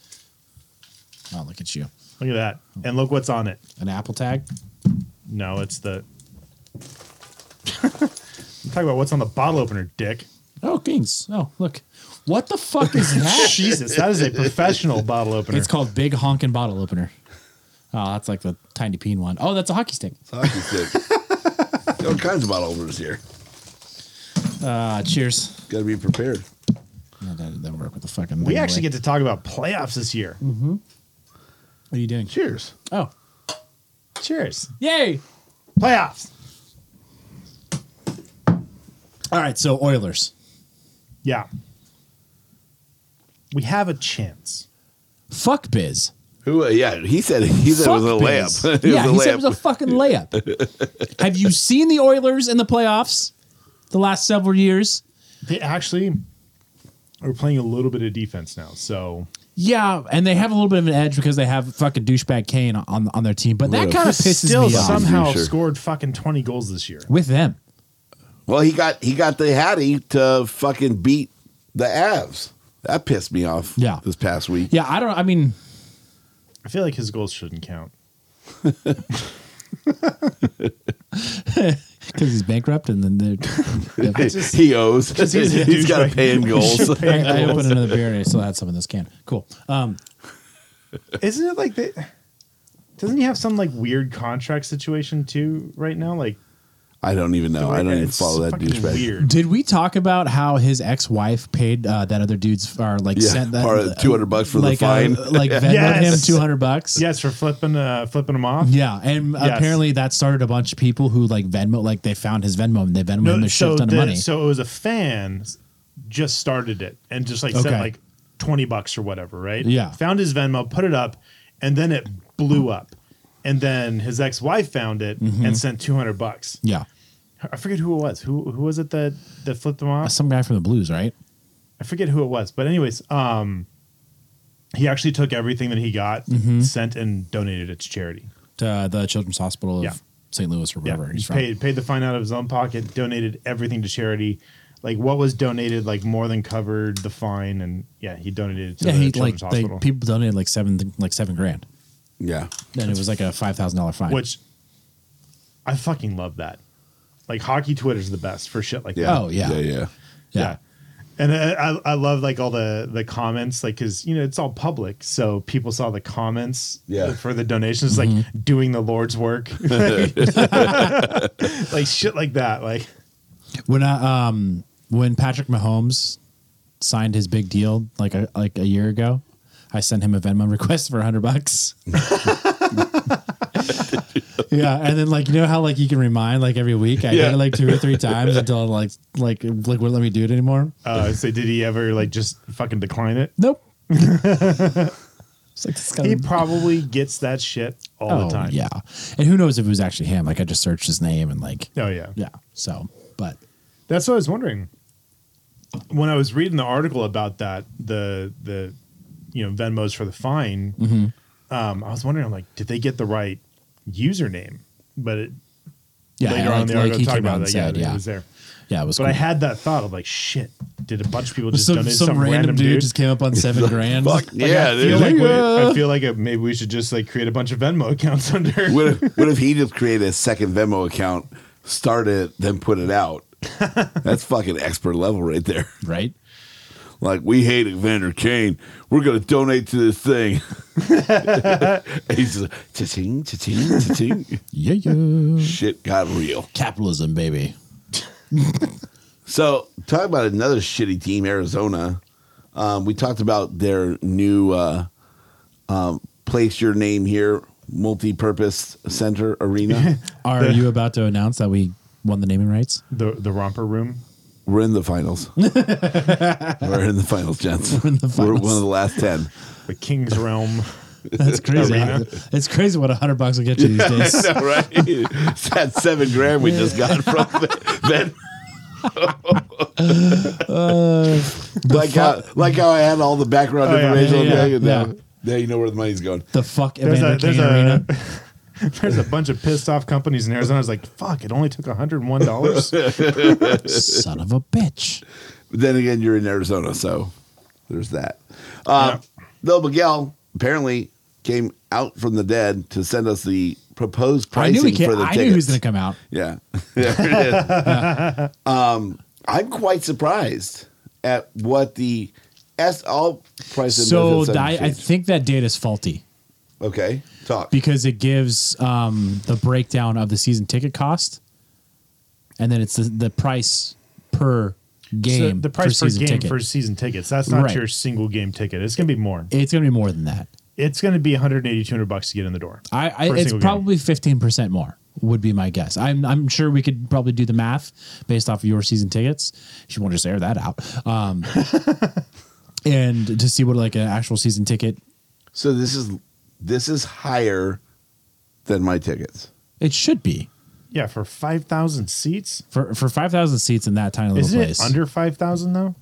D: Oh, look at you!
B: look at that. And look what's on it.
D: An Apple tag.
B: No, it's [laughs] the. I'm talking about what's on the bottle opener, dick.
D: Oh, kings. Oh, look. What the fuck is [laughs] that?
B: [laughs] Jesus, that is a professional bottle opener.
D: It's called Big Honkin' Bottle Opener. Oh, that's like the tiny peen one. Oh, that's a hockey stick.
C: Hockey stick. Got all kinds of bottle openers here.
D: Uh, cheers.
C: Got to be prepared.
D: No, that didn't work with the fucking.
B: we actually get to talk about playoffs this year.
D: What are you doing?
C: Cheers.
D: Oh,
B: Cheers.
D: yay!
B: Playoffs.
D: All right, so Oilers
B: Yeah. We have a chance.
D: fuck biz.
C: Who? Uh, yeah, he said he said it was a
D: Fuck biz.
C: layup. [laughs] it
D: yeah,
C: was
D: he
C: a
D: said it was
C: layup.
D: a fucking layup.
C: [laughs]
D: Have you seen the Oilers in the playoffs the last several years?
B: They actually are playing a little bit of defense now. So
D: Yeah, and they have a little bit of an edge because they have fucking douchebag Kane on on their team, but that
C: Look.
D: kind of pisses
B: still
D: me off.
B: somehow
C: Sure.
B: scored fucking 20 goals this year.
D: With them,
C: well, he got he got the Hattie to fucking beat the Avs. That pissed me off.
D: Yeah.
C: this past week. [laughs]
D: yeah, I don't. I mean,
B: I feel like his goals shouldn't count.
D: because he's bankrupt, and then
C: [laughs]
D: they're.
C: he owes. [laughs]
B: he's a
C: he's got to
B: douchebag.
C: pay in goals.
D: I, I opened another beer and I still had some in this can. Cool. Um,
B: [laughs] Isn't it like they doesn't he have some like weird contract situation too right now? Like
C: [laughs] I don't even know. I don't even
B: it's
C: follow that
B: fucking
C: douchebag.
B: Weird.
D: Did we talk about how his ex-wife paid uh, that other dude's or like
C: Yeah,
D: sent that
C: part of 200 bucks for the
D: like,
C: fine.
D: uh,
C: [laughs]
D: like Venmoed
B: Yes.
D: him two hundred bucks.
B: [laughs] Yes, for flipping uh flipping him off.
D: Yeah, and
B: Yes.
D: apparently that started a bunch of people who like Venmo, like they found his Venmo and they Venmo him a shit
B: so,
D: ton of
B: the-
D: money.
B: so it was a fan s- just started it and just like said
D: Okay.
B: like 20 bucks or whatever, right?
D: Yeah.
B: Found his Venmo, put it up, and then it blew up. And then his ex wife found it
D: Mm-hmm.
B: and sent 200 bucks.
D: Yeah.
B: I forget who it was. Who, who was it that, that flipped them off?
D: That's some guy from the Blues, right?
B: I forget who it was, but anyways, um, he actually took everything that he got,
D: Mm-hmm.
B: sent and donated it to charity.
D: To Uh, the Children's Hospital of
B: Yeah.
D: St. Louis or wherever
B: yeah,
D: he's
B: he
D: from.
B: paid paid the fine out of his own pocket, donated everything to charity. Like what was donated, like more than covered the fine, and yeah, he donated it to
D: yeah,
B: the
D: he like
B: children's
D: they,
B: hospital,
D: people donated like seven like seven grand.
C: Yeah.
D: Then it was like a five thousand dollar fine.
B: which I fucking love that. Like hockey Twitter's the best for shit like that.
D: Oh yeah.
C: Yeah. Yeah.
D: Yeah.
B: And I, I- I love like all the the comments, like because you know it's all public, so people saw the comments
C: Yeah.
B: for the donations, like doing the Lord's work, like shit like that. Like
D: When I, um when Patrick Mahomes signed his big deal like a, like a year ago, I sent him a Venmo [laughs] request for hundred bucks. [laughs] yeah, and then like you know how like you can remind like every week I did it like two or three times until like like like wouldn't let me do it anymore.
B: uh, so did he ever like just fucking decline it?
D: Nope. it's like this kind
B: He
D: of
B: probably gets that shit all
D: Oh,
B: the time.
D: Yeah, and who knows if it was actually him? Like I just searched his name and like
B: Oh yeah.
D: yeah. So, but
B: That's what I was wondering. When I was reading the article about that, the the you know Venmos for the fine,
D: Mm-hmm.
B: um, I was wondering, I'm like, did they get the right username? But it,
D: yeah,
B: later
D: like,
B: on, they
D: like,
B: article
D: he
B: talked
D: came out
B: about
D: and
B: that.
D: said
B: yeah,
D: yeah,
B: it was there.
D: yeah, it was.
B: But I
D: cool.
B: had that thought of like, shit, did a bunch of people just
D: some,
B: donate
D: some, random, dude just came
B: [laughs]
D: up on seven grand.
C: Fuck yeah,
B: I feel
C: dude.
B: like, we-
D: Yeah.
B: I feel like uh, maybe we should just like create a bunch of Venmo accounts [laughs] under.
C: What if, what if he just created a second Venmo account, started it, then put it out? That's fucking expert level right there.
D: right?
C: Like, we hate Vander Kane. We're going to donate to this thing. [laughs] And He's just, cha-ching, cha-ching, cha-ching.
D: Yeah, yeah.
C: Shit got real.
D: Capitalism, baby.
C: So, talk about another shitty team, Arizona. Um, we talked about their new uh, um, place your name here multi-purpose center arena. [laughs]
D: Are you about to announce that we won the naming
B: [laughs]
D: rights?
B: the the romper room.
C: We're in the
D: [laughs]
C: finals. We're in the finals, gents. We're,
D: in the finals.
C: one of the last
D: [laughs]
C: ten.
B: The King's Realm.
D: That's crazy.
B: Arena.
D: It's crazy what a hundred bucks will get you these
B: [laughs]
D: days.
C: All right, it's that seven grand we just
D: [laughs]
C: got from Ben.
D: Uh,
C: like how, like how I had all the background
B: Oh, yeah,
C: information. on
D: yeah,
C: there,
D: yeah,
C: and now-
D: yeah.
C: Now you know where the money's going.
D: The fuck,
B: There's
D: Evander
B: a there's
D: Kane Arena.
B: [laughs] a there's a bunch of pissed off companies in Arizona. I was like, fuck, it only took 101 dollars.
D: Son of a bitch.
C: But then again, you're in Arizona, so there's that. Uh, Though Miguel apparently came out from the dead to send us the proposed
D: I
C: pricing
D: knew he
C: for
D: can't.
C: the
D: I
C: tickets.
D: knew he was going to come out.
C: Yeah. [laughs] There it is. um, I'm quite surprised at what the S all price and
D: So
C: benefits have
D: I, I
C: changed.
D: think that data is faulty.
C: Okay. Talk.
D: because it gives um, the breakdown of the season ticket cost, and then it's the, the price per game.
B: the price
D: for
B: per
D: season
B: game
D: ticket.
B: for season tickets. That's not
D: Right.
B: your single game ticket. It's gonna be more.
D: it's going to be more than that.
B: It's gonna be 180 200 bucks to get in the door.
D: I, I
B: For a
D: it's
B: single game.
D: probably fifteen percent more would be my guess. I'm I'm sure we could probably do the math based off of your season tickets. If you want to just air that out,
B: [laughs]
D: um, and to see what like an actual season ticket,
C: So this is this is higher than my tickets.
D: it should be
B: yeah, for 5,000 seats.
D: for for five thousand seats in that tiny little
B: Isn't
D: place.
B: it under 5,000 though?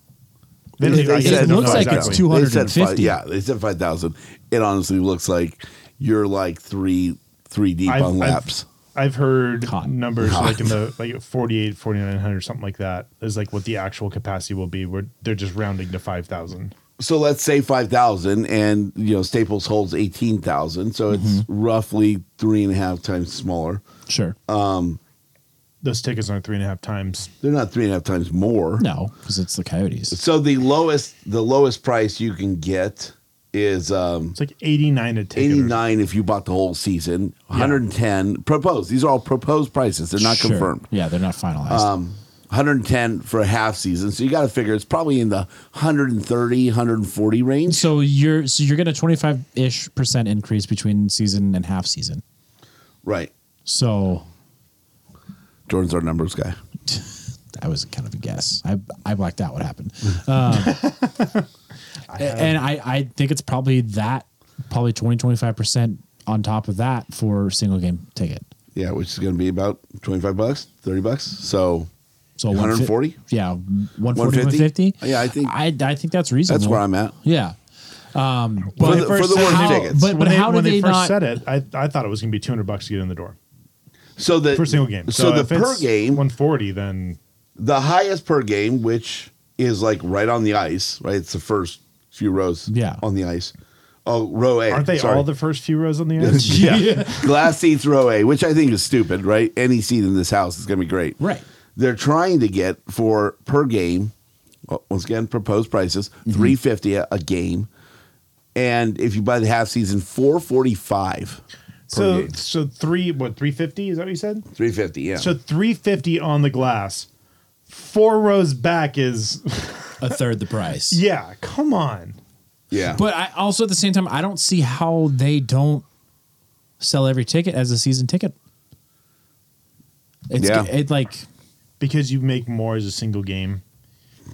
B: They don't
C: They
B: even- I
C: said-
B: guess I don't
D: looks
B: know
D: like it's
B: exactly.
D: two-
C: They said five-
D: 250.
C: Yeah, they said five thousand. It honestly looks like you're like three three deep
B: I've-
C: on
B: I've-
C: laps.
B: I've heard
D: Hot.
B: numbers like in the like 48, 4900, something like that is like what the actual capacity will be. Where they're just rounding to 5,000.
C: so let's say 5000 and you know staples holds 18000 so it's
D: Mm-hmm.
C: roughly three and a half times smaller
D: sure,
B: Uh, Those tickets aren't three and a half times.
C: they're not three and a half times more
D: no, because it's the Coyotes.
C: so the lowest the lowest price you can get is um
B: It's like 89 a ticket. or-
C: 89 if you bought the whole season 110 proposed these are all proposed prices they're not
D: Sure.
C: confirmed
D: Yeah, they're not finalized.
B: Um,
C: 110 for a half season so you got to figure it's probably in the 130 140 range
D: So you're so you're gonna twenty five ish percent increase between season and half season.
C: right
D: So
C: jordan's our numbers guy
D: that was kind of a guess. I I blacked out what happened. Uh, and I, I think it's probably that, probably 20, 25% on top of that for single game ticket.
C: Yeah, which is going to be about 25 bucks, 30 bucks. So
D: So
C: 140?
D: 150 Yeah, 140,
C: 150?
D: 150.
C: Yeah, I think-
D: I, I think that's reasonable.
C: that's where I'm at.
D: Yeah. Um,
C: For
D: but
C: the, for the
D: how-
C: worst tickets.
D: But,
B: when
D: but
B: they,
D: how
B: when
D: did
B: they,
D: they,
B: first
D: not?
B: said it, I, I thought it was going to be 200 bucks to get in the door
C: so the
B: for a single game.
C: Uh, So,
B: if
C: the per
B: it's
C: game,
B: 140, then
C: the highest per game, which is like right on the ice, right? It's the first few rows
D: Yeah.
C: on the ice. Oh, row A.
B: aren't they
C: sorry. [laughs]
B: all the first few rows on the ice? [laughs]
C: yeah. Glass seats row A, which I think is stupid, right? Any seat in this house is going to be great.
D: Right.
C: They're trying to get for per game, well, once again, proposed prices,
B: Mm-hmm.
C: 350 a, a game. And if you buy the half season, 445 per
B: so
C: game.
B: so three what 350 is that what you said?
C: 350, yeah.
B: So 350 on the glass. Four rows back is [laughs]
D: A third the [laughs] price.
B: yeah. Come on.
C: yeah.
D: But I also at the same time, I don't see how they don't sell every ticket as a season ticket. It's
C: Yeah.
D: it like
B: because you make more as a single game,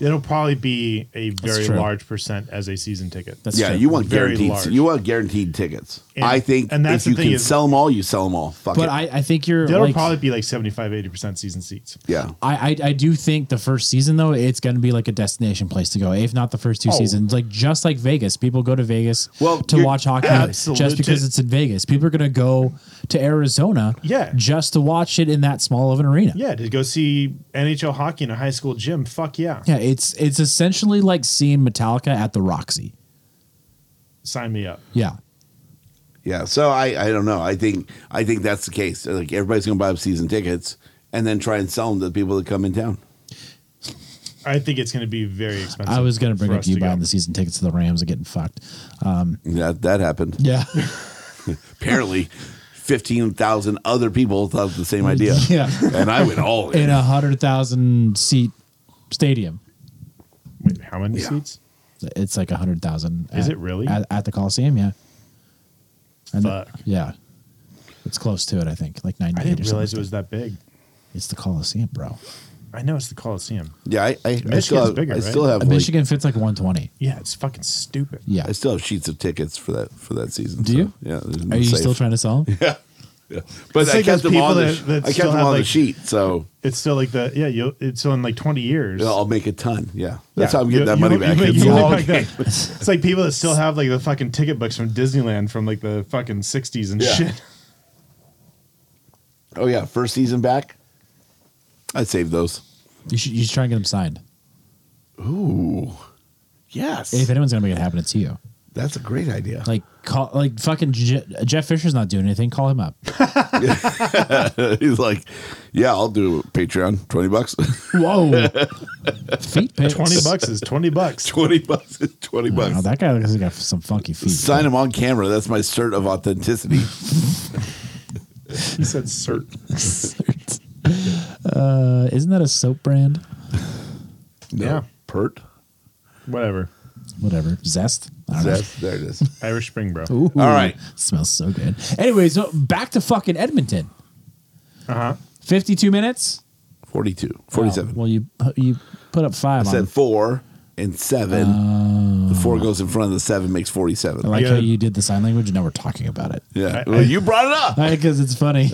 B: it'll probably be a very
D: true.
B: large percent as a season ticket.
D: that's
C: yeah,
D: true.
C: you want
B: Very
C: guaranteed.
B: large.
C: You want guaranteed tickets.
B: And-
C: I think
B: and that's
C: if you
B: the thing
C: can
B: is-
C: sell them all, you sell them all. Fuck
D: But
C: it.
D: I, I think you're
B: That'll
D: like,
B: probably be like 75, 80% season seats.
C: yeah,
D: I, I I do think the first season though it's going to be like a destination place to go, if not the first two
B: Oh.
D: seasons. Like just like Vegas, people go to Vegas
C: Well,
D: to
C: you're-
D: watch hockey
B: Absolute-
D: just because it's in Vegas. People are going to go to Arizona,
B: Yeah.
D: just to watch it in that small of an arena.
B: Yeah, to go see NHL hockey in a high school gym. Fuck yeah.
D: yeah, it's it's essentially like seeing Metallica at the Roxy.
B: Sign me up.
D: Yeah,
C: yeah. So I, I don't know. I think I think that's the case. Like everybody's gonna buy up season tickets and then try and sell them to the people that come in town.
B: I think it's going to be very expensive.
D: I was going to bring
B: for
D: up
B: us
D: you
B: go.
D: buying the season tickets to the Rams and getting fucked.
C: That that happened.
D: Yeah.
C: Apparently, [laughs] fifteen thousand other people thought the same
B: [laughs]
C: idea.
D: [laughs] Yeah.
C: and I went all in.
D: In
B: uh,
D: a 100,000 seat stadium.
B: Wait, how many
C: Yeah.
B: seats?
D: It's like 100,000.
B: Is
D: at-
B: it really?
D: At, at the Coliseum, yeah. And
B: Fuck.
D: yeah. It's close to it, I think. Like 98
B: I
D: or
B: didn't
D: something.
B: realize it was that big.
D: It's the Coliseum,
C: Uh,
D: bro.
B: I know it's the Coliseum.
C: yeah, I, I, I
B: Michigan's
C: still have.
B: bigger,
C: I
B: right?
C: still have. like-
D: Uh, Michigan fits like 120.
B: Yeah, it's fucking stupid.
D: Yeah.
C: I still have sheets of tickets for that for that season.
D: Do
C: so,
D: you?
C: Yeah. there's no
D: Are you
C: safe.
D: still trying to
C: [laughs]
D: sell 'em?
C: But
B: It's
C: I
B: like
C: kept
B: those
C: them on
B: people
C: the.
B: that-
C: sh-
B: that
C: I kept
B: still
C: them
B: have,
C: on the
B: like-
C: sheet. So
B: It's still like the, yeah, you'll, it's still in like 20 years.
C: Yeah, I'll make a ton. Yeah. That's
B: Yeah.
C: how I'm getting
B: You-
C: that
B: you
C: money
B: look-
C: back.
B: you
C: It's
B: look
C: all
D: [laughs]
C: [laughs]
B: like that.
C: game.
B: It's like people that still have like the fucking ticket books from Disneyland from like the fucking 60s and
D: [laughs]
C: Yeah.
B: shit.
C: Oh yeah, first season back. I'd save those.
D: You should, you should try and get them signed.
C: Ooh. Yes.
D: If anyone's going to make it happen, it's you.
C: That's a great idea.
D: Like, call, like fucking Je- Jeff Fisher's not doing anything. Call him up.
C: [laughs] He's like, yeah, I'll do Patreon, twenty bucks, [laughs]
D: Whoa. Feet pics.
B: 20 bucks is 20 bucks.
C: [laughs] twenty bucks, twenty
D: I don't know,
C: bucks.
D: that guy looks like he's got some funky feet.
C: Sign him on camera. That's my cert of authenticity.
B: He said cert.
D: Uh, isn't that a soap brand?
C: No,
B: Yeah.
C: pert.
B: Whatever.
D: Whatever. Zest. I don't
C: That, there it is.
B: Irish Spring, bro.
D: know. Ooh,
C: All right.
D: Smells so good. Anyways, so back to fucking Edmonton.
B: Uh huh.
D: 52 minutes.
C: 42,
D: Wow.
C: 47.
D: Well, you you put up five.
C: I
D: on-
C: said four and seven. the four goes in front of the seven, makes forty-seven.
D: I like
B: Yeah.
D: how you did the sign language, and now we're talking about
C: [laughs]
D: it
C: yeah,
B: I-
C: well,
B: I-
C: you brought it up.
D: because it's funny.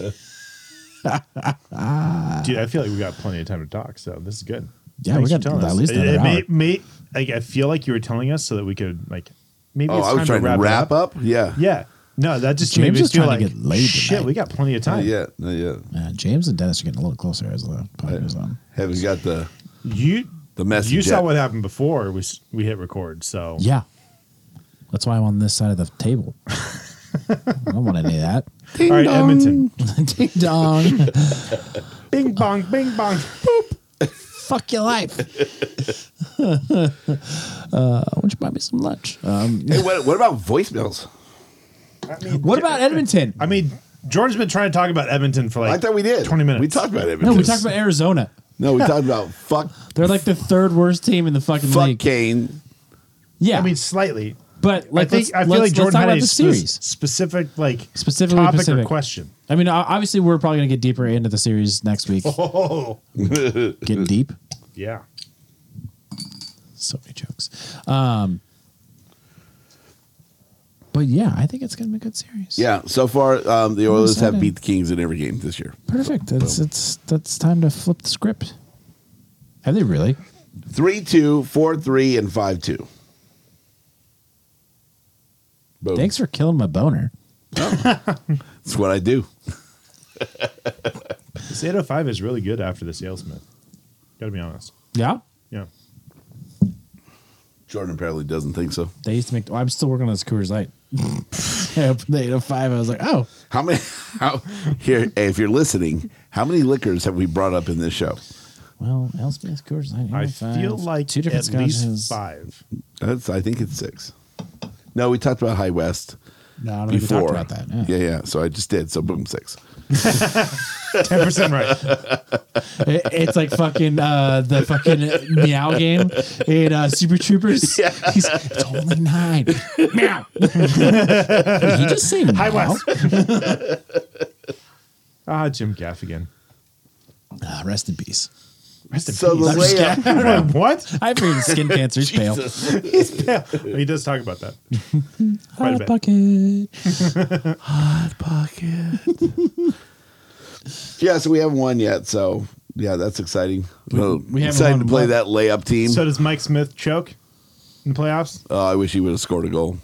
B: Dude, I feel like we got plenty of time to talk, so this is good.
D: Yeah,
B: Thanks
D: we
B: for
D: got
B: telling
D: at
B: us.
D: least
B: It-
D: another
B: it may-
D: hour.
B: may- like, I feel like you were telling us so that we could like maybe
C: Oh,
B: it's
C: I
B: time
C: was trying
B: to wrap, it up.
C: up. Yeah.
B: Yeah. No, that just
D: James
B: made me
D: was
B: feel
D: trying
B: like
D: to get laid
B: shit.
D: tonight.
B: We got plenty of
C: Not
B: time.
C: yet. Not yet.
D: Uh, James and Dennis are getting a little closer as the
C: Right.
D: podcast goes on.
C: Haven't got the
B: You
C: the message.
B: you saw
C: yet.
B: what happened before we s- we hit record. So
D: Yeah, that's why I'm on this side of the table. [laughs] I don't want any of
B: all right, Edmonton.
D: that. [laughs] Ding dong.
B: Bing bong, bing bong.
D: fuck your [laughs] life. uh, why don't you buy me some lunch? [laughs] Um,
C: Hey, what, what about voicemails?
B: I mean,
D: what about Edmonton?
B: I mean, George's been trying to talk about Edmonton for like
C: I thought we did.
B: twenty minutes.
C: We talked about it.
D: no, we talked about Arizona.
C: No,
D: [laughs]
C: we talked about fuck
D: They're like the third worst team in the fucking
C: fuck
D: league.
C: Kane.
D: Yeah,
B: I mean, slightly.
D: but like,
B: I think
D: let's,
B: I feel
D: let's-
B: like
D: let's
B: Jordan
D: talk
B: had
D: about
B: a
D: the
B: spe-
D: series.
B: specific like
D: Specifically
B: topic or
D: specific.
B: question.
D: I mean, o- obviously, we're probably gonna get deeper into the series next week.
B: [laughs] Oh
D: Getting deep.
B: yeah.
D: So many jokes. Um, But yeah, I think it's going to be a good series.
C: Yeah, so far um, the Oilers have
D: excited.
C: beat the Kings in every game this year.
D: Perfect. That's it's that's time to flip the script. Have they really?
C: 3 2, 4 3, and 5 2. Boom.
D: Thanks for killing my boner.
C: That's what I do.
B: This 805 is really good after the salesman. Got to be honest.
D: Yeah.
B: Yeah.
C: Jordan apparently doesn't think so.
D: They used to make. I'm still working on this Coors Light. [laughs] yeah, the eight oh five. I was like, oh,
C: How many? [laughs] How, here, if you're listening, how many liquors have we brought up in this show?
D: well, LCBS Coors Light.
B: I
D: 805,
B: feel like
D: two different
B: at least
D: scotches.
B: five.
C: That's, I think it's six. No, we talked about High West
D: No, I don't think we
C: before.
D: talked about that. Yeah.
C: yeah, yeah. So I just did. So boom, six.
D: [laughs]
B: 10% right.
D: It- it's like fucking uh, the fucking meow game in uh, Super Troopers. [laughs] He's, it's only nine. meow. Did he just say
B: Hi,
D: meow?
B: Wes. ah, Jim Gaffigan.
D: Ah, rest in peace.
B: Rest in
C: So the
B: peace.
D: I'm just
C: layout.
D: kidding. [laughs]
B: what?
D: I figured skin cancer is pale.
B: Yeah. He does talk about that. Quite a
D: Hot
B: bit.
D: bucket.
B: [laughs]
C: Yeah, so we haven't won yet. So yeah, that's exciting. Well,
D: we haven't
C: excited
D: won
C: to play
D: what?
C: that layup team.
B: So does Mike Smith choke in the playoffs?
C: oh, I wish he would have scored a goal.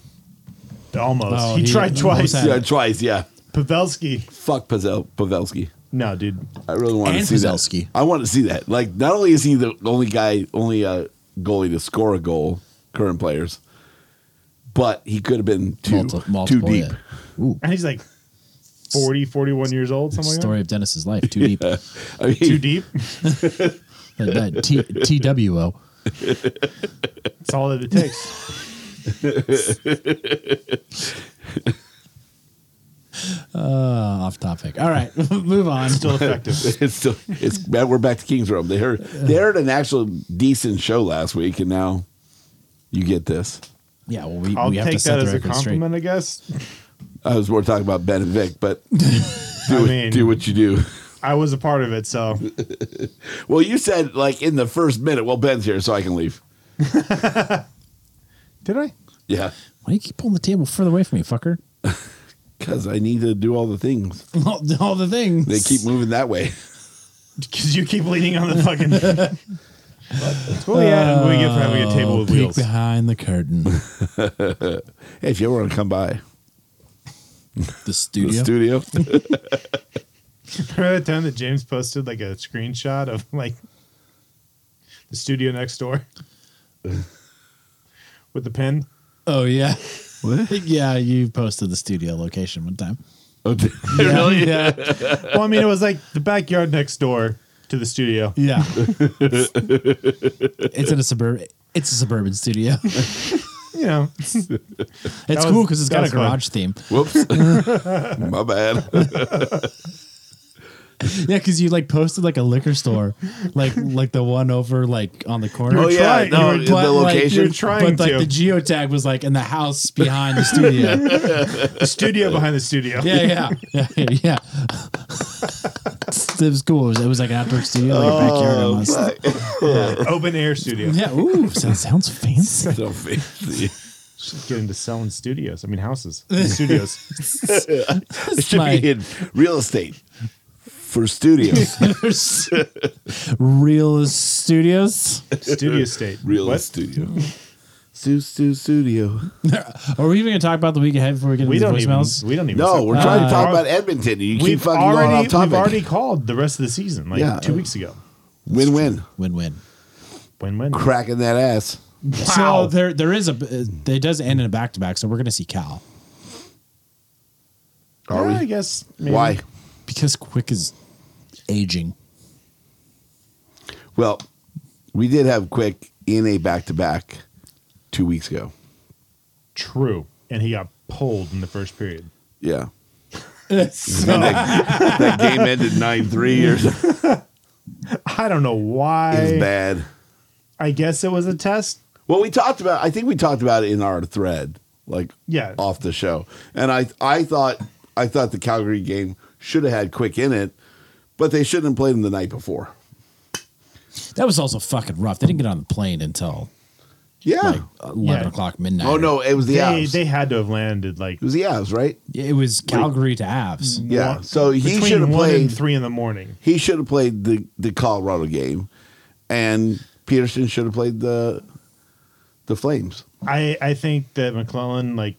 B: Almost.
D: Oh,
B: he,
D: he-
B: tried
D: he almost
B: twice.
D: had-
C: Yeah, twice. Yeah,
B: Pavelski.
C: fuck Pazel, Pavelski.
B: No, dude.
C: I really want to
D: And
C: see
D: Pavelski.
C: that. I want to see that. Like, not only is he the only guy, only uh, goalie to score a goal, current players, but he could have been two,
D: Multi- multiple,
C: too deep.
D: yeah. Ooh,
B: And he's like 40, 41 years old, something like
D: story of Dennis's life. Too deep. Like
C: I mean,
B: that. Too deep.
D: that T- TWO.
B: That's all that it takes.
D: Uh, off topic. All right, [laughs] move on.
B: Still effective.
C: [laughs] It's still, it's man, we're back to Kings Row. They heard they heard an actual decent show last week, and now you get this.
D: [laughs] Yeah, well, we,
B: I'll
D: we have to
B: take
D: set
B: that
D: the
B: as a
D: record straight.
B: compliment, I guess.
C: I was more talking about Ben and Vic, [laughs] but do,
B: I
C: what-
B: mean-
C: do what you do.
B: I was a part of it, so
C: Well, you said like in the first minute, well, Ben's here, so I can leave.
B: did I?
C: Yeah,
D: Why do you keep pulling the table further away from me, fucker? [laughs]
C: because I need to do all the things.
D: all, all the things.
C: They keep moving that way.
B: Because you keep leaning on the fucking. That's [laughs] what we, had, we get for having a table with
D: peek
B: [laughs] wheels.
D: behind the curtain.
C: Hey, [laughs] if you ever want to come by
D: The
C: the
D: studio.
C: [laughs] studio,
B: Remember the time that James posted like a screenshot of like the studio next [laughs] door with the pen?
D: oh yeah. [laughs] yeah, you posted the studio location one time.
C: Oh, d-
D: Really? Yeah.
B: Well, I mean, it was like the backyard next door to the studio.
D: Yeah. [laughs] it's in a suburb. It's a suburban
B: [laughs]
D: studio.
B: You know, [laughs]
D: It's
B: was-
D: cool because it's
B: that
D: got a
B: was fun.
D: garage theme.
C: [laughs] whoops, my [laughs] bad.
D: Yeah, because you like posted like a liquor store, like
B: [laughs]
D: like the one over like on the corner.
C: Oh yeah,
B: trying-
C: no,
B: you were-
C: the
D: But, like,
C: location.
B: you're trying
D: but like
B: to.
D: the geotag was like in the house behind the
B: [laughs]
D: studio.
B: the studio behind the studio. [laughs]
D: yeah, yeah, yeah, yeah, yeah. it was cool. It was, it was like an outdoor studio, like a
B: Oh,
D: backyard almost.
B: Open air studio.
D: Yeah, ooh, sounds, sounds
B: [laughs]
D: fancy.
C: so fancy.
B: Should [laughs] get into selling studios. I mean, houses, studios. [laughs]
C: It should
D: my-
C: be in real estate for studios.
D: Real Studios.
B: studio state.
C: Real
B: What?
C: studio. [laughs] Stu Stu Studio.
D: Are we even going to talk about the week ahead before we get
B: We
D: into
B: don't
D: the
B: even.
D: voicemails?
B: We don't even.
C: No, we're trying to talk
B: Uh,
C: about Edmonton. You keep
B: We've
C: fucking going
B: already
C: off topic.
B: we've already called the rest of the season like
C: Yeah.
B: two weeks ago.
C: win win.
D: Win-win.
B: When when
C: Cracking that ass.
D: So there, there is a. It does end in a back-to-back, so we're going to see Cal
C: Are
B: Yeah, I
C: we?
B: guess maybe.
C: Why?
D: because Quick is aging.
C: Well, we did have Quick in a back to back two weeks ago.
B: True, and he got pulled in the first period. [laughs]
C: Yeah.
B: So
C: That game ended 9 3 or something.
B: I don't know
C: It was
B: why.
C: bad.
B: I guess it was a test.
C: Well, we talked about. I think we talked about it in our thread, like
B: Yeah.
C: off the show. And I, I thought, I thought the Calgary game should have had Quick in it, but they shouldn't have played him the night before.
D: That was also fucking rough. They didn't get on the plane until
C: Yeah.
D: like eleven
B: Yeah.
D: o'clock midnight.
C: oh no, it was the
B: They,
C: abs.
B: they had to have landed like
C: it was the abs, right?
D: it was Calgary to Avs.
C: Yeah.
B: one-
C: So he
B: between
C: should have
B: one
C: played.
B: and three in the morning.
C: He should have played the the Colorado game, and Peterson should have played the the Flames.
B: I I think that McClellan like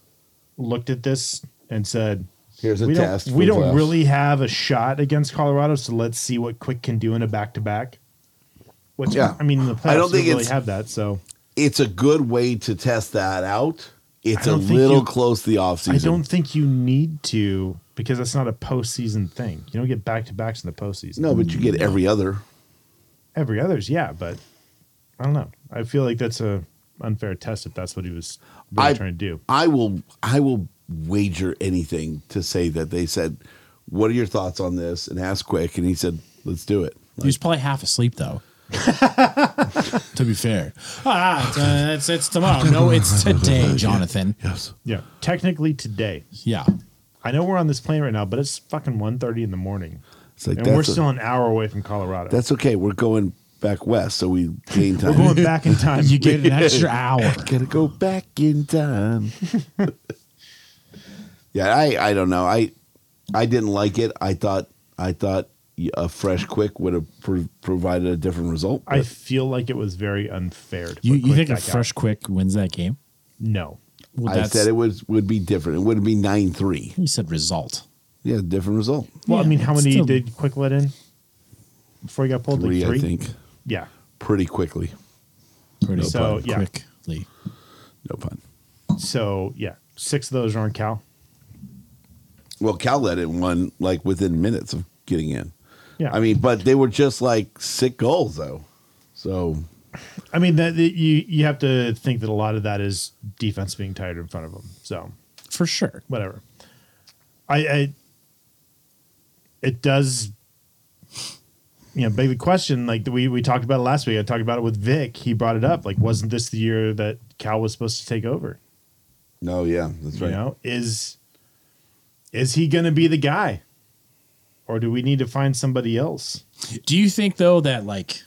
B: looked at this and said,
C: Here's a
B: "We
C: test.
B: don't we
C: for
B: don't
C: playoffs.
B: really have a shot against Colorado, so let's see what Quick can do in a back to back." Which
C: Yeah.
B: I mean, in the playoffs
C: I don't think
B: we don't really
C: it's-
B: have that. So
C: It's a good way to test that out. It's
B: I
C: a
B: don't think
C: little
B: you-
C: close to the offseason.
B: I don't think you need to because that's not a postseason thing. You don't get back to backs in the postseason.
C: No, but you get every other.
B: every others, yeah, but I don't know. I feel like that's a unfair test if that's what he was really
C: I-
B: trying to do.
C: I will I will wager anything to say that they said, "What are your thoughts on this?" and asked quick, and he said, "Let's do it."
D: He was probably half asleep though. to be fair, ah, it's, uh, it's, it's tomorrow. No, it's today, Jonathan.
C: Yes.
B: Yeah, technically today.
D: Yeah,
B: I know we're on this plane right now, but it's fucking 1.30 in the morning,
C: It's like
B: and
C: that's
B: we're
C: a-
B: still an hour away from Colorado.
C: That's okay. We're going back west, so we gain time.
B: we're going back in time.
D: you get an extra hour.
C: [laughs] Gotta go back in time. yeah, I I don't know. I I didn't like it. I thought I thought a fresh quick would have pro- provided a different result.
B: [laughs] I
C: but
B: feel like it was very unfair. To
D: You
B: put
D: you
B: Quick
D: think a
B: back out.
D: fresh quick wins that game?
B: No,
D: Well,
C: I said it was would be different. It would be nine three.
D: You said result.
C: Yeah, different result.
B: Well, I
D: Yeah,
B: mean, how
D: it's
B: many
D: still-
B: did Quick let in before he got pulled?
C: Three,
B: like three?
C: I think,
B: Yeah.
C: pretty quickly.
D: Pretty
B: So, yeah.
D: quickly.
C: No pun.
B: So yeah, six of those are on Cal.
C: Well, Cal let it one like within minutes of getting in.
B: Yeah.
C: I mean, but they were just like sick goals though. So
B: I mean that, that you you have to think that a lot of that is defense being tired in front of them. So
D: for sure.
B: whatever. I, I it does you know beg the question like we we talked about it last week. I talked about it with Vic. He brought it up. Like, wasn't this the year that Cal was supposed to take over?
C: no, yeah, that's
B: You
C: right.
B: know, is is he going to be the guy, or do we need to find somebody else?
D: Do you think though that like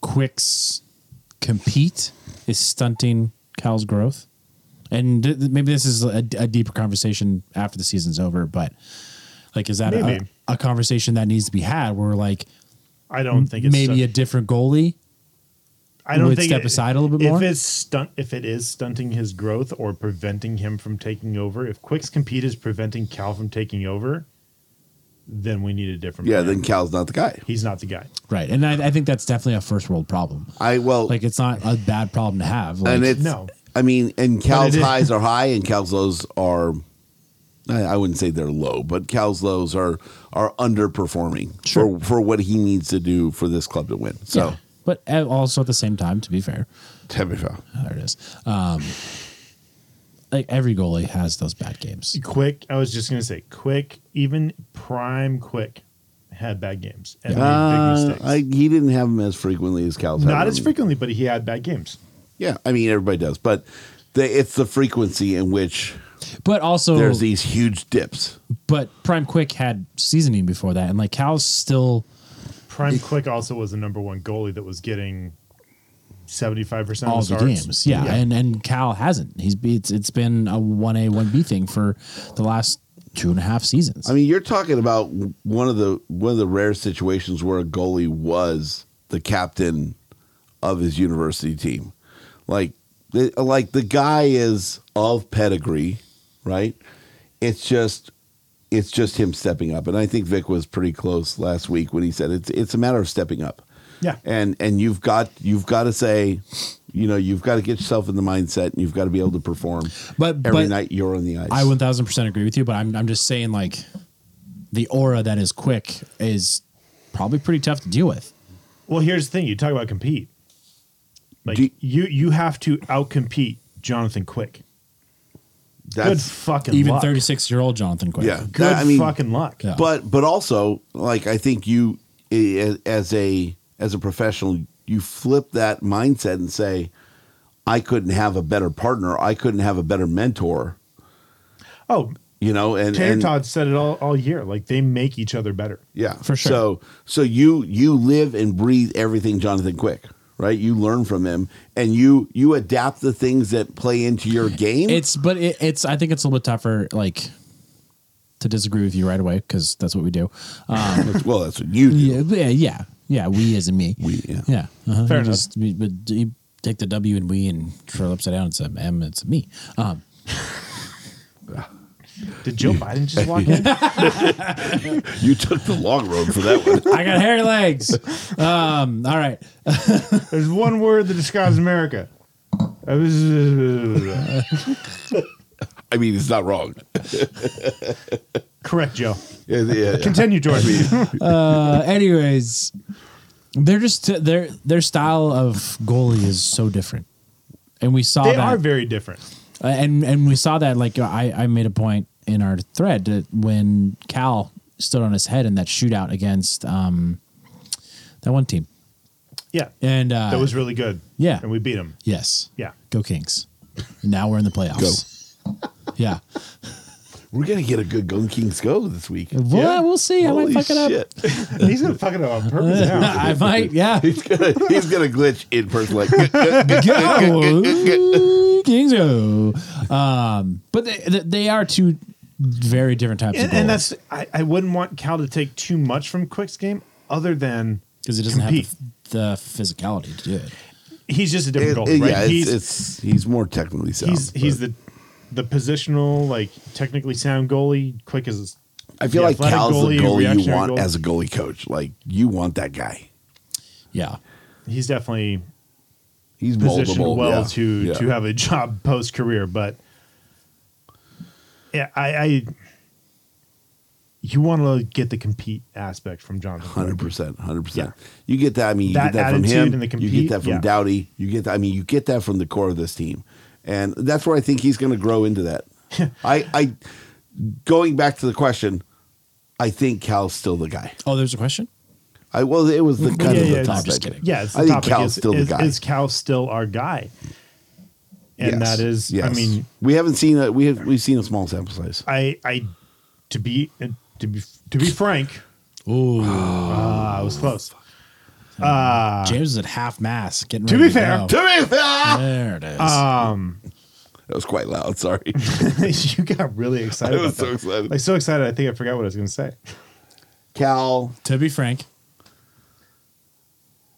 D: Quick's compete is stunting Cal's growth? And th- th- maybe this is a, a deeper conversation after the season's over, but like, is that a,
B: Maybe.
D: a conversation that needs to be had? Where like
B: I don't think it's
D: maybe
B: stunt-
D: a different goalie.
B: I don't
D: would
B: think
D: step aside a little bit
B: if
D: more?
B: it's stunt if it is stunting his growth or preventing him from taking over. If Quick's compete is preventing Cal from taking over, then we need a different.
C: Yeah,
B: plan.
C: then Cal's not the guy.
B: he's not the guy.
D: Right. And I, I think that's definitely a first world problem.
C: I well,
D: Like it's not a bad problem to have. Like,
C: and it's
B: No.
C: I mean, and Cal's
B: it is-
C: highs are high, and Cal's lows are. I I wouldn't say they're low, but Cal's lows are are underperforming
D: Sure.
C: for for what he needs to do for this club to win. So,
D: yeah. but uh, also at the same time, to be fair,
C: to be fair.
D: there it is. Um, like every goalie has those bad games.
B: Quick, I was just gonna say, Quick, even prime Quick had bad games and made
C: Uh,
B: big mistakes.
C: I, he didn't have them as frequently as Cal's. had
B: not as
C: them.
B: frequently, but he had bad games.
C: Yeah, I mean everybody does, but the, it's the frequency in which
D: But also,
C: there's these huge dips.
D: but Prime Quick had seasoning before that, and like Cal's still
B: Prime Quick also was the number one goalie that was getting seventy five percent
D: all
B: of
D: the
B: starts.
D: games. Yeah, and and Cal hasn't. He's it's it's been a one A one B thing for the last two and a half seasons.
C: I mean, you're talking about one of the one of the rare situations where a goalie was the captain of his university team. Like, the, like the guy is of pedigree, right? It's just, it's just him stepping up, and I think Vic was pretty close last week when he said it's it's a matter of stepping up.
B: Yeah.
C: and and you've got you've got to say, you know, you've got to get yourself in the mindset, and you've got to be able to perform.
D: But-
C: every
D: but-
C: night you're on the ice.
D: I one thousand percent agree with you, but I'm I'm just saying like the aura that is quick is probably pretty tough to deal with.
B: Well, here's the thing: you talk about compete. Like
C: Do-
B: you, you have to outcompete Jonathan Quick. Good
C: That's-
B: fucking
D: Even
B: luck.
D: thirty six year old Jonathan Quick.
C: Yeah.
B: Good
C: That- I mean-
B: fucking luck.
D: Yeah.
C: but but also like I think you i- as a as a professional you flip that mindset and say I couldn't have a better partner I couldn't have a better mentor
B: Oh,
C: you know and,
B: Taylor
C: and
B: Todd said it all, all year. Like they make each other better.
C: yeah
D: For sure.
C: so so you you live and breathe everything Jonathan Quick right? You learn from him, and you you adapt the things that play into your game.
D: It's but it, it's I think it's a little bit tougher like to disagree with you right away because that's what we do. Um,
C: [laughs] well, that's what you do.
D: yeah, yeah, yeah, yeah. We as in me.
C: [laughs] We, yeah.
D: yeah. uh-huh.
B: Fair
D: You
B: enough.
D: Just, we- but you take the W and we and throw it upside down. It's a M. It's a me. Um,
B: Did Joe
C: [laughs]
B: Biden just walk in?
C: You took the long road for that one.
D: I got hairy
C: [laughs]
D: legs. Um, all right.
B: There's one word that describes America. Uh, I was-
C: I mean, it's not
D: [laughs]
C: wrong.
B: Correct, Joe.
C: Yeah, yeah, yeah.
B: Continue, George.
D: Uh, anyways, they're just their their style of goalie is so different, and we saw
B: [laughs] They
D: that.
B: are very different.
D: Uh, and and we saw that like uh, I, I made a point in our thread that when Cal stood on his head in that shootout against um that one team
B: Yeah.
D: and uh,
B: That was really good.
D: yeah.
B: And we beat him.
D: yes [laughs]
B: Yeah.
D: go Kings now we're in the playoffs [laughs] yeah
C: We're gonna get a good Gun Kings go this week.
D: well we'll see I might
C: Holy
D: fuck it up
C: shit. [laughs]
B: He's going to fuck it up on
D: [laughs]
B: purpose now.
D: I might yeah
C: He's gonna he's gonna glitch in person like [laughs] "Good, good, good."
D: go Kings go um but they, they- they are two very different types of
B: And,
D: goals
B: and that's, I, I wouldn't want Cal to take too much from Quick's game other than
D: because it doesn't
B: compete.
D: have the, the physicality to do it
B: He's just a different goalie,
C: It-
B: right?
C: yeah,
B: he's,
C: it's, it's he's more technically sound.
B: he's, he's
C: but
B: the the positional, like technically sound goalie. Quick as
C: I feel
B: the
C: like
B: athletic
C: Cal's
B: goalie,
C: the goalie you
B: reactionary
C: want
B: goalie.
C: as a goalie coach. Like you want that guy.
D: yeah
B: he's definitely
C: He's
B: positioned
C: moldable.
B: well
C: yeah,
B: to
C: yeah.
B: to have a [laughs] job post career, but yeah, I, I you want to get the compete aspect from Jonathan.
C: Hundred
B: Quick.
C: percent, hundred percent.
B: Yeah.
C: You get that. I mean, you
B: That
C: get that from
B: attitude
C: him.
B: and the
C: you
B: compete,
C: get that from
B: yeah.
C: Dowdy. You get. That, I mean, you get that from the core of this team, and that's where I think he's going to grow into
B: [laughs]
C: that. I, I, going back to the question, I think Cal's still the guy.
D: oh there's a question
C: I well, it was the kind
B: Mm, Yeah,
C: of the
B: yeah, it's-
C: topic.
D: I'm just kidding.
B: Yeah, it's the
C: I think
B: topic.
C: Cal's
B: is,
C: still the
B: is,
C: guy.
B: Is Cal still our guy?
C: Yes,
B: And that is, I
C: yes.
B: mean,
C: we haven't seen a we have we've seen a small sample size.
B: I, I, to be, uh, to be, to be frank, uh, I was close.
D: James is at half mass. Getting
B: To
D: ready
B: be fair,
D: go.
C: To
B: [laughs]
C: be fair, Uh,
D: there it is.
C: that was quite loud. Sorry,
B: Um, you got really
C: [laughs] I
B: excited.
C: was
B: about
C: so
B: that.
C: excited.
B: Like so excited, I think I forgot what I was going to say.
C: Cal,
D: to be frank,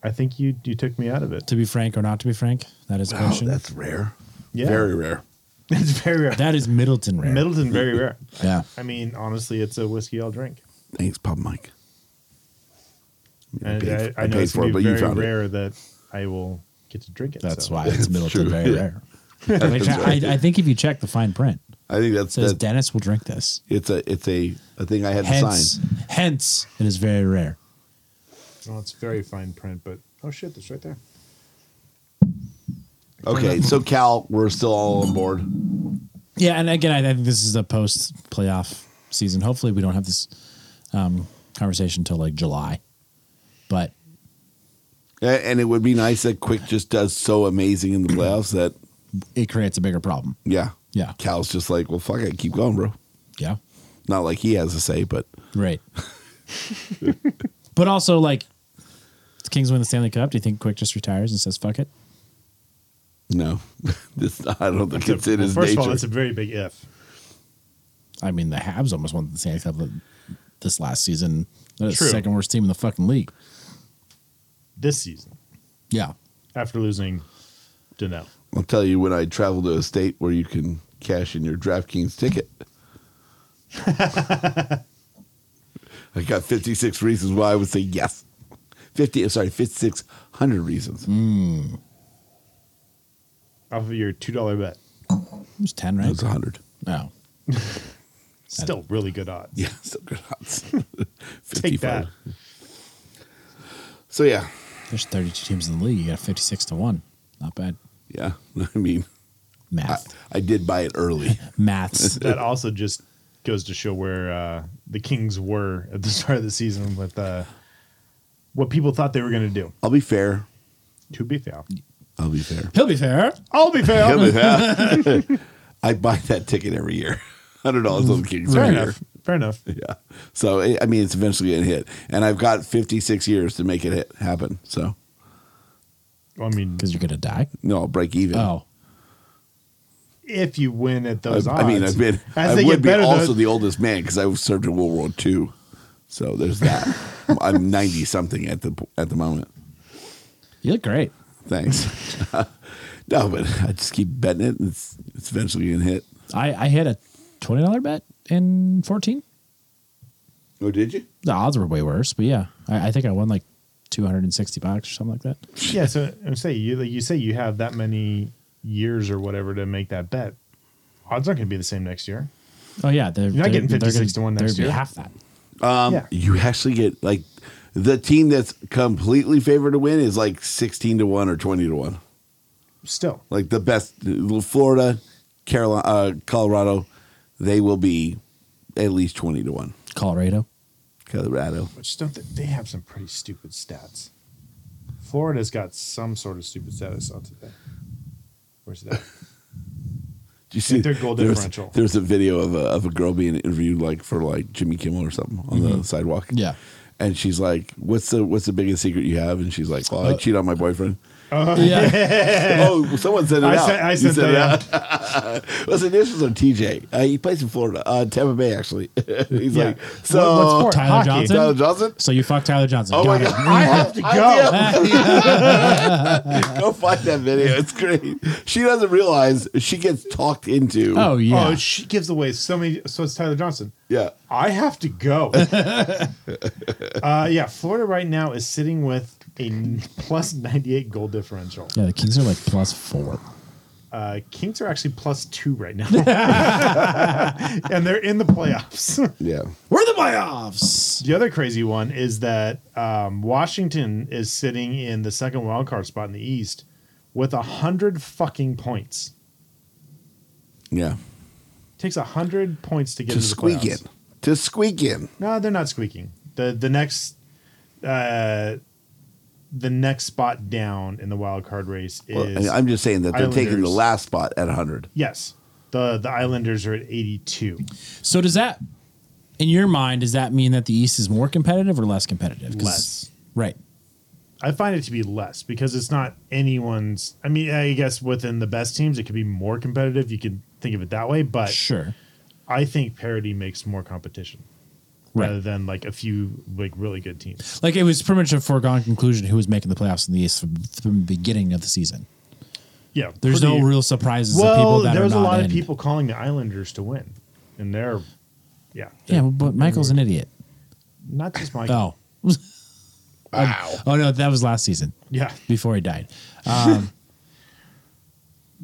B: I think you you took me out of it.
D: to be frank or not to be frank, that is a
C: oh,
D: question.
C: that's rare.
B: Yeah,
C: Very rare.
B: [laughs] it's very rare.
D: that is Middleton rare.
B: Middleton very rare.
D: yeah.
B: I mean, honestly, it's a whiskey I'll drink.
C: Thanks, Pub Mike.
B: And
C: paid-
B: I, I,
C: I
B: know
C: paid
B: it's
C: for it,
B: gonna be
C: but you
B: very
C: found it.
B: rare that I will get to drink it.
D: That's
B: so.
C: [laughs]
D: why it's Middleton very rare. Which I,
C: right.
D: I think if you check the fine print,
C: I think
D: it
C: that's
D: says
C: that-
D: Dennis will drink this.
C: It's a it's a a thing I had to
D: Hence,
C: sign.
D: hence, it is very rare.
B: Well, it's very fine print, but oh shit, that's right there.
C: Okay, so Cal, we're still all on board.
D: Yeah, and again, I, I think this is a post playoff season. Hopefully, we don't have this um, conversation until like July. But
C: A- And it would be nice that Quick just does so amazing in the playoffs that
D: it creates a bigger problem.
C: yeah.
D: Yeah.
C: Cal's just like, well fuck it, keep going, bro.
D: Yeah.
C: Not like he has a say, but
D: Right. [laughs] but also, like, the Kings win the Stanley Cup. Do you think Quick just retires and says, fuck it?
C: no. [laughs] this I don't think it's in
B: Well,
C: his
B: first
C: nature.
B: of all, that's a very big if.
D: I mean, the Habs almost won the Stanley Cup this last season. They're the
B: True.
D: second worst team in the fucking league.
B: This season,
D: Yeah.
B: after losing Dano,
C: I'll tell you when I travel to a state where you can cash in your DraftKings
B: [laughs]
C: ticket. I got 56 reasons why I would say yes. 50, sorry, 5,600 reasons.
B: Mm-hmm. off of your two dollar bet,
D: It was 10,
C: That
D: right?
C: was 100.
D: No.
B: still really good odds.
C: [laughs] Yeah, still good
B: [laughs]
C: odds.
B: Take that.
C: 55. So, yeah.
D: There's 32 teams in the league. You got 56 to 1. Not bad.
C: Yeah. [laughs] I mean, I,
D: Math.
C: I did buy it
B: [laughs]
C: early.
D: Maths.
B: That also just goes to show where uh, the Kings were at the [laughs] start of the season with uh, what people thought they were going to do.
C: I'll be fair.
B: To be fair,
C: I'll be fair.
D: He'll be fair.
B: I'll be fair.
C: I'll be [laughs] fair. I buy that ticket every year. [laughs] $100 on the Kings
B: Fair
C: every year.
B: enough. Fair enough.
C: Yeah. So I I mean, it's eventually going to hit, and I've got 56 years to make it hit, happen. So
B: I mean,
D: because you're gonna die.
C: No, break even.
D: Oh,
B: if you win at
C: I,
B: those
C: I
B: odds,
C: mean, I've been,
B: As
C: I
B: they
C: would
B: get
C: be
B: better,
C: also
B: though,
C: the oldest man because I served in World War II. So there's that.
B: [laughs]
C: I'm 90 something at the at the moment.
D: you look great.
C: Thanks. [laughs] no, but I just keep betting it. And it's it's eventually gonna hit.
D: I I had a twenty dollar bet in fourteen.
C: Oh, did you?
D: The odds were way worse, but yeah, I, I think I won like two hundred and sixty bucks or something like that.
B: yeah. So I'm saying you like you say you have that many years or whatever to make that bet. Odds aren't going to be the same next year.
D: Oh yeah, they're,
B: You're not
D: they're-
B: getting
D: they're gonna-
B: 56 to one
D: they're
B: next
D: gonna be
B: year.
D: Half that.
C: Um,
B: Yeah.
C: you actually get like the team that's completely favored to win is like 16 to one or 20 to one.
B: Still,
C: Like the best, Florida, Carolina, uh, Colorado, they will be at least 20 to one.
B: [laughs]
D: Colorado.
C: Colorado.
B: which don't they, they have some pretty stupid stats? Florida's got some sort of stupid stat I saw today. Where's that?
C: Do you see
B: their goal
C: there was-
B: differential.
C: There was a video of a, of a girl being interviewed like for like Jimmy Kimmel or something on
B: Mm-hmm.
C: the sidewalk.
D: Yeah.
C: And she's like, "What's the what's the biggest secret you have?" And she's like, "Well,
B: Uh,
C: I cheat on my boyfriend."
D: yeah.
C: [laughs] oh, someone sent it
B: I
C: out.
B: sent- I
C: You
B: sent that
C: out. [laughs] Listen, this was on TJ. Uh, he plays in Florida, uh, Tampa Bay, actually. [laughs] He's
B: Yeah.
C: like, "So
B: What- what's for?
D: Tyler
B: Hockey.
D: Johnson.
C: Tyler Johnson?
D: So you fuck Tyler Johnson.
C: Oh my
D: Got it.
C: god, I have to go. [laughs] go find that video. It's great. She doesn't realize she gets talked into.
D: [laughs] Oh yeah.
B: Oh, she gives away so many. So it's Tyler Johnson.
C: yeah.
B: I have
C: [laughs]
B: to go. uh, yeah, Florida right now is sitting with a n- plus 98 goal differential.
D: yeah, the Kings are like plus four.
B: Uh, Kings are actually plus two right now. [laughs] and they're in the playoffs. [laughs]
C: Yeah.
D: We're the playoffs.
B: the other crazy one is that um, Washington is sitting in the second wildcard spot in the East with a 100 fucking points.
C: Yeah.
B: Takes a 100 points to get
C: to
B: into the
C: squeak in.
B: playoffs.
C: To squeak in.
B: No, they're not squeaking. the The next, uh, the next spot down in the wild card race is
C: Well, I- I'm just saying that they're taking the
B: Islanders.
C: last spot at 100.
B: yes. the The Islanders are at eighty two.
D: So does that, in your mind, does that mean that the East is more competitive or less competitive? 'Cause-
B: Less.
D: Right.
B: I find it to be less because it's not anyone's. I mean, I guess within the best teams, it could be more competitive. You could think of it that way, but
D: Sure.
B: I think parity makes more competition
D: Right.
B: rather than like a few like really good teams.
D: Like it was pretty much a foregone conclusion who was making the playoffs in the East from, from the beginning of the season.
B: Yeah,
D: There's
B: pretty-
D: no real surprises
B: Well,
D: of people that
B: there was
D: are
B: a
D: not
B: lot
D: in.
B: of people calling the Islanders to win, and they're yeah,
D: Yeah, but Michael's an idiot.
B: not just Michael.
D: Oh. [laughs] wow. Oh no, that was last season
B: Yeah,
D: before he died.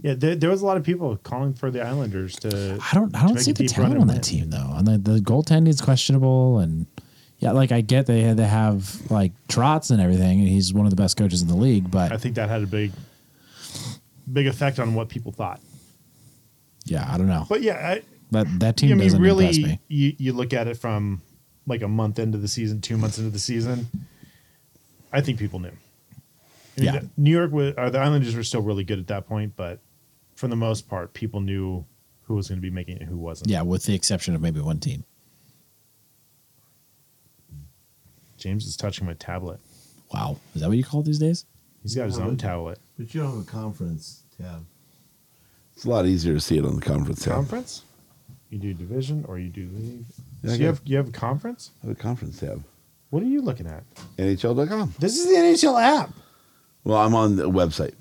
B: yeah. There, there was a lot of people calling for the Islanders to.
D: I don't I
B: to
D: don't
B: make
D: see
B: a
D: the
B: deep run
D: talent
B: and
D: on that
B: win.
D: team though. And the, the goaltending is questionable and yeah, like I get they they have like Trots and everything, and he's one of the best coaches in the league.
B: I
D: But
B: think that had a big, big effect on what people thought.
D: yeah, I don't know.
B: But yeah,
D: That that
B: I, I
D: team
B: mean,
D: doesn't
B: really,
D: impress me.
B: you you look at it from like a month into the season, two months into the season. I think people knew. I mean,
D: Yeah.
B: the- New York wa- or the Islanders were still really good at that point, but for the most part, people knew who was going to be making it, and who wasn't.
D: Yeah, with the exception of maybe one team.
B: James is touching my tablet.
D: Wow, is that what you call it these days?
B: He's got his own tablet.
F: But you don't have a conference tab.
C: It's a lot easier to see it on the conference tab.
B: Conference? You do division or you do league?
C: Yeah,
B: so
C: I
B: you
C: got-
B: have you have a conference?
C: The conference tab.
B: What are you looking at?
C: NHL.com.
B: This is the NHL app.
C: Well, I'm on the website.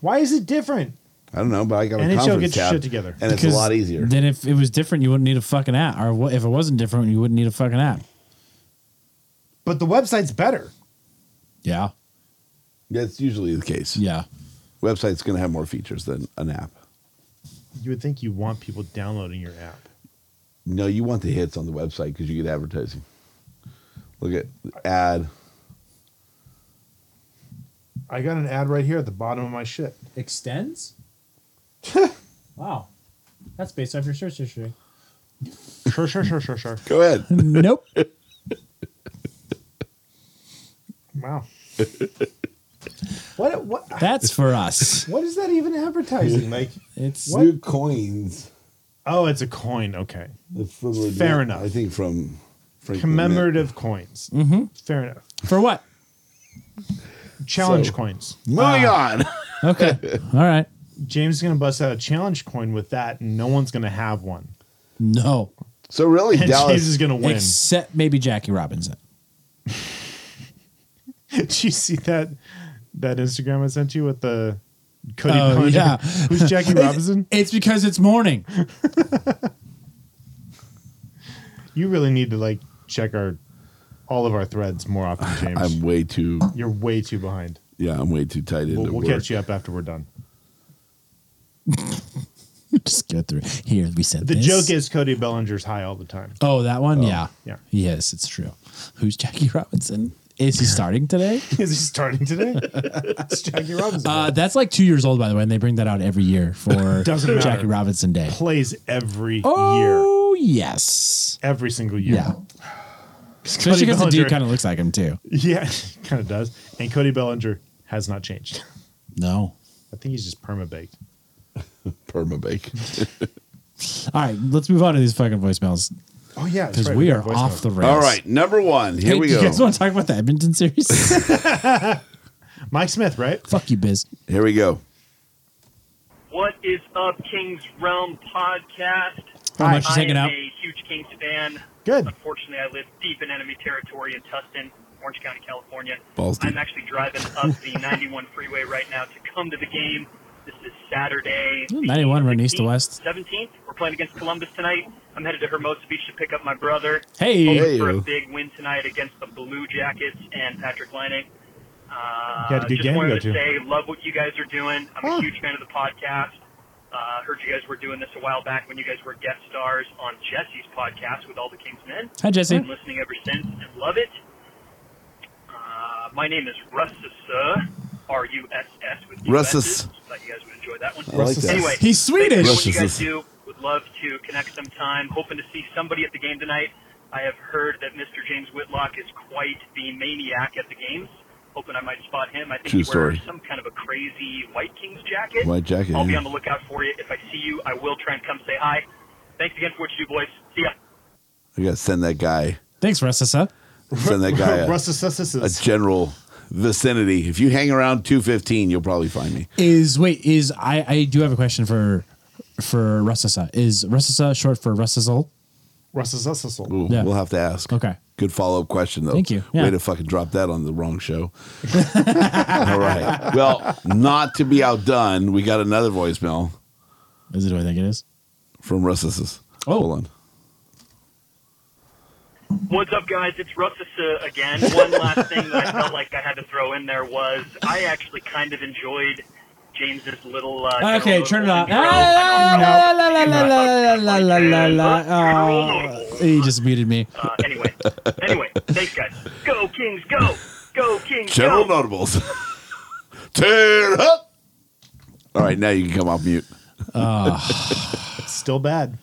B: Why is it different?
C: I don't know, but I got a
B: NHL,
C: conference
B: get your
C: tab,
B: shit together.
C: and it's a
D: Because
C: lot easier.
D: Then if it was different, you wouldn't need a fucking app. Or wha- if it wasn't different, you wouldn't need a fucking app.
B: But the website's better.
D: Yeah,
C: That's usually the case.
D: yeah.
C: Website's going to have more features than an app.
B: You would think you want people downloading your app.
C: No, you want the hits on the website because you get advertising. Look at the ad.
B: I got an ad right here at the bottom of my shit.
C: [laughs]
D: Extends. wow, that's based off your search history.
B: Sure, sure, sure, sure, sure.
C: Go ahead.
B: [laughs]
D: nope.
B: [laughs] Wow. what what
D: That's for us.
B: what is that even advertising? Like
D: It's
B: What?
C: New coins.
B: Oh, it's a coin. Okay.
C: From the-
B: Fair enough.
C: I think from Frank
B: Commemorative coins. Mm-hmm. Fair enough.
D: for what?
B: challenge
C: So-
B: coins.
C: Moving
B: Ah.
C: on.
D: [laughs] Okay. All right.
B: James is going to bust out a challenge coin with that, and no one's going to have one. [laughs]
D: No.
C: [laughs] So really,
B: And James
C: Dallas.
B: is going to win.
D: Except maybe Jackie Robinson.
B: [laughs] Did you see that that Instagram I sent you with the Cody
D: Oh,
B: Bunch?
D: yeah.
B: [laughs] Who's
C: [laughs]
B: Jackie Robinson?
D: It's because it's morning.
B: You really need to like check our all of our threads more often, James.
C: I'm way too.
B: You're way too behind.
C: Yeah, I'm way too tight into
B: We'll, we'll
C: work.
B: catch you up after we're done.
D: [laughs] Just go through. Here we said
B: The
D: this.
B: joke is Cody Bellinger's high all the time. [laughs]
D: Oh, that one. yeah.
B: yeah.
D: Yes, it's true. Who's Jackie Robinson? Is he starting [laughs] today?
B: Is he starting today? it's
D: [laughs]
B: Jackie Robinson.
D: Uh, that's like two years old, by the way, and they bring that out every year [laughs] for
B: Doesn't matter.
D: Jackie Robinson Day.
B: Plays every year,
D: Oh yes,
B: every single year.
D: yeah. Especially because the dude
B: Bellinger-
D: kind of looks like him too.
B: [laughs] Yeah, kind of does. And Cody Bellinger has not changed. [laughs]
D: No.
B: I think he's just perma baked.
C: Permabake.
D: All right, let's move on to these fucking voicemails
B: Oh yeah, that's
D: because
B: right,
D: we
B: got
D: are
B: voicemail.
D: off the rails.
C: All right, number one. Here
D: Hey,
C: we
D: do
C: go.
D: You guys want to talk about the Edmonton
C: [laughs]
D: series?
B: Mike Smith, right?
D: Fuck you, Biz.
C: Here we go.
E: What is up, King's Realm podcast?
D: How much is
E: I
D: hanging
E: am
D: out?
E: a huge Kings fan.
B: Good.
E: Unfortunately, I live deep in enemy territory in Tustin, Orange County, California.
C: Balls deep.
E: I'm actually driving up the 91 freeway right now to come to the game. This is Saturday.
D: Oh,
E: the
D: 91, we're in east to
E: 16th,
D: west.
E: 17th. We're playing against Columbus tonight. I'm headed to Hermosa Beach to pick up my brother.
D: Hey.
E: Hoping
C: Hey,
E: for a
C: you.
E: big win tonight against the Blue Jackets and Patrick Laine. Uh,
B: You had a good
E: just
B: game to
E: wanted
B: go to.
E: say, love what you guys are doing. I'm
B: Huh.
E: a huge fan of the podcast. Uh, heard you guys were doing this a while back when you guys were guest stars on Jesse's podcast with all the King's Men.
D: Hi, Jesse.
E: Been listening ever since and love it. Uh, my name is Russessa, R U S S with two
C: Russus.
E: S's. Thought you guys would enjoy that one.
C: I like that.
E: Anyway,
D: He's Swedish.
E: thanks for What you
C: Russus.
E: guys do? Would love to connect sometime. Hoping to see somebody at the game tonight. I have heard that Mr. James Whitlock is quite the maniac at the games. Hoping I might spot him. I think
C: True
E: he wears
C: story.
E: some kind of a crazy White Kings jacket.
C: White jacket,
E: I'll be
C: yeah.
E: on the lookout for you. If I see you, I will try and come say hi. Thanks again for what you do, boys. See ya.
C: I gotta send that
D: [laughs]
C: guy.
D: Thanks, Russessa.
C: Send that guy a,
B: Russell Sussis.
C: a general vicinity. If you hang around two fifteen, you'll probably find me.
D: Is wait is I I do have a question for for Russessa. Is Russessa short for Russessel?
B: Russell Sussis.
C: Ooh,
D: Yeah.
C: We'll have to ask.
D: Okay.
C: Good follow up question though.
D: Thank you.
C: Way
D: Yeah.
C: to fucking drop that on the
D: [laughs]
C: wrong show. All right. Well, not to be outdone, we got another voicemail
D: Is it who I think it is?
C: from Russ's.
D: Oh.
C: Hold on.
E: What's up, guys? It's Russus again. One last thing that I felt like I had to throw in there was I actually kind of enjoyed James's little. Uh,
D: Okay,
E: general
D: turn it off.
B: Oh,
E: intro.
D: Ah,
E: I know it's probably-
D: He just muted me.
E: Uh, anyway, anyway, thanks, guys. Go Kings, go, go Kings,
C: General
E: go.
C: Notables. [laughs] Tear up. All right, now you can come off mute.
B: Still bad.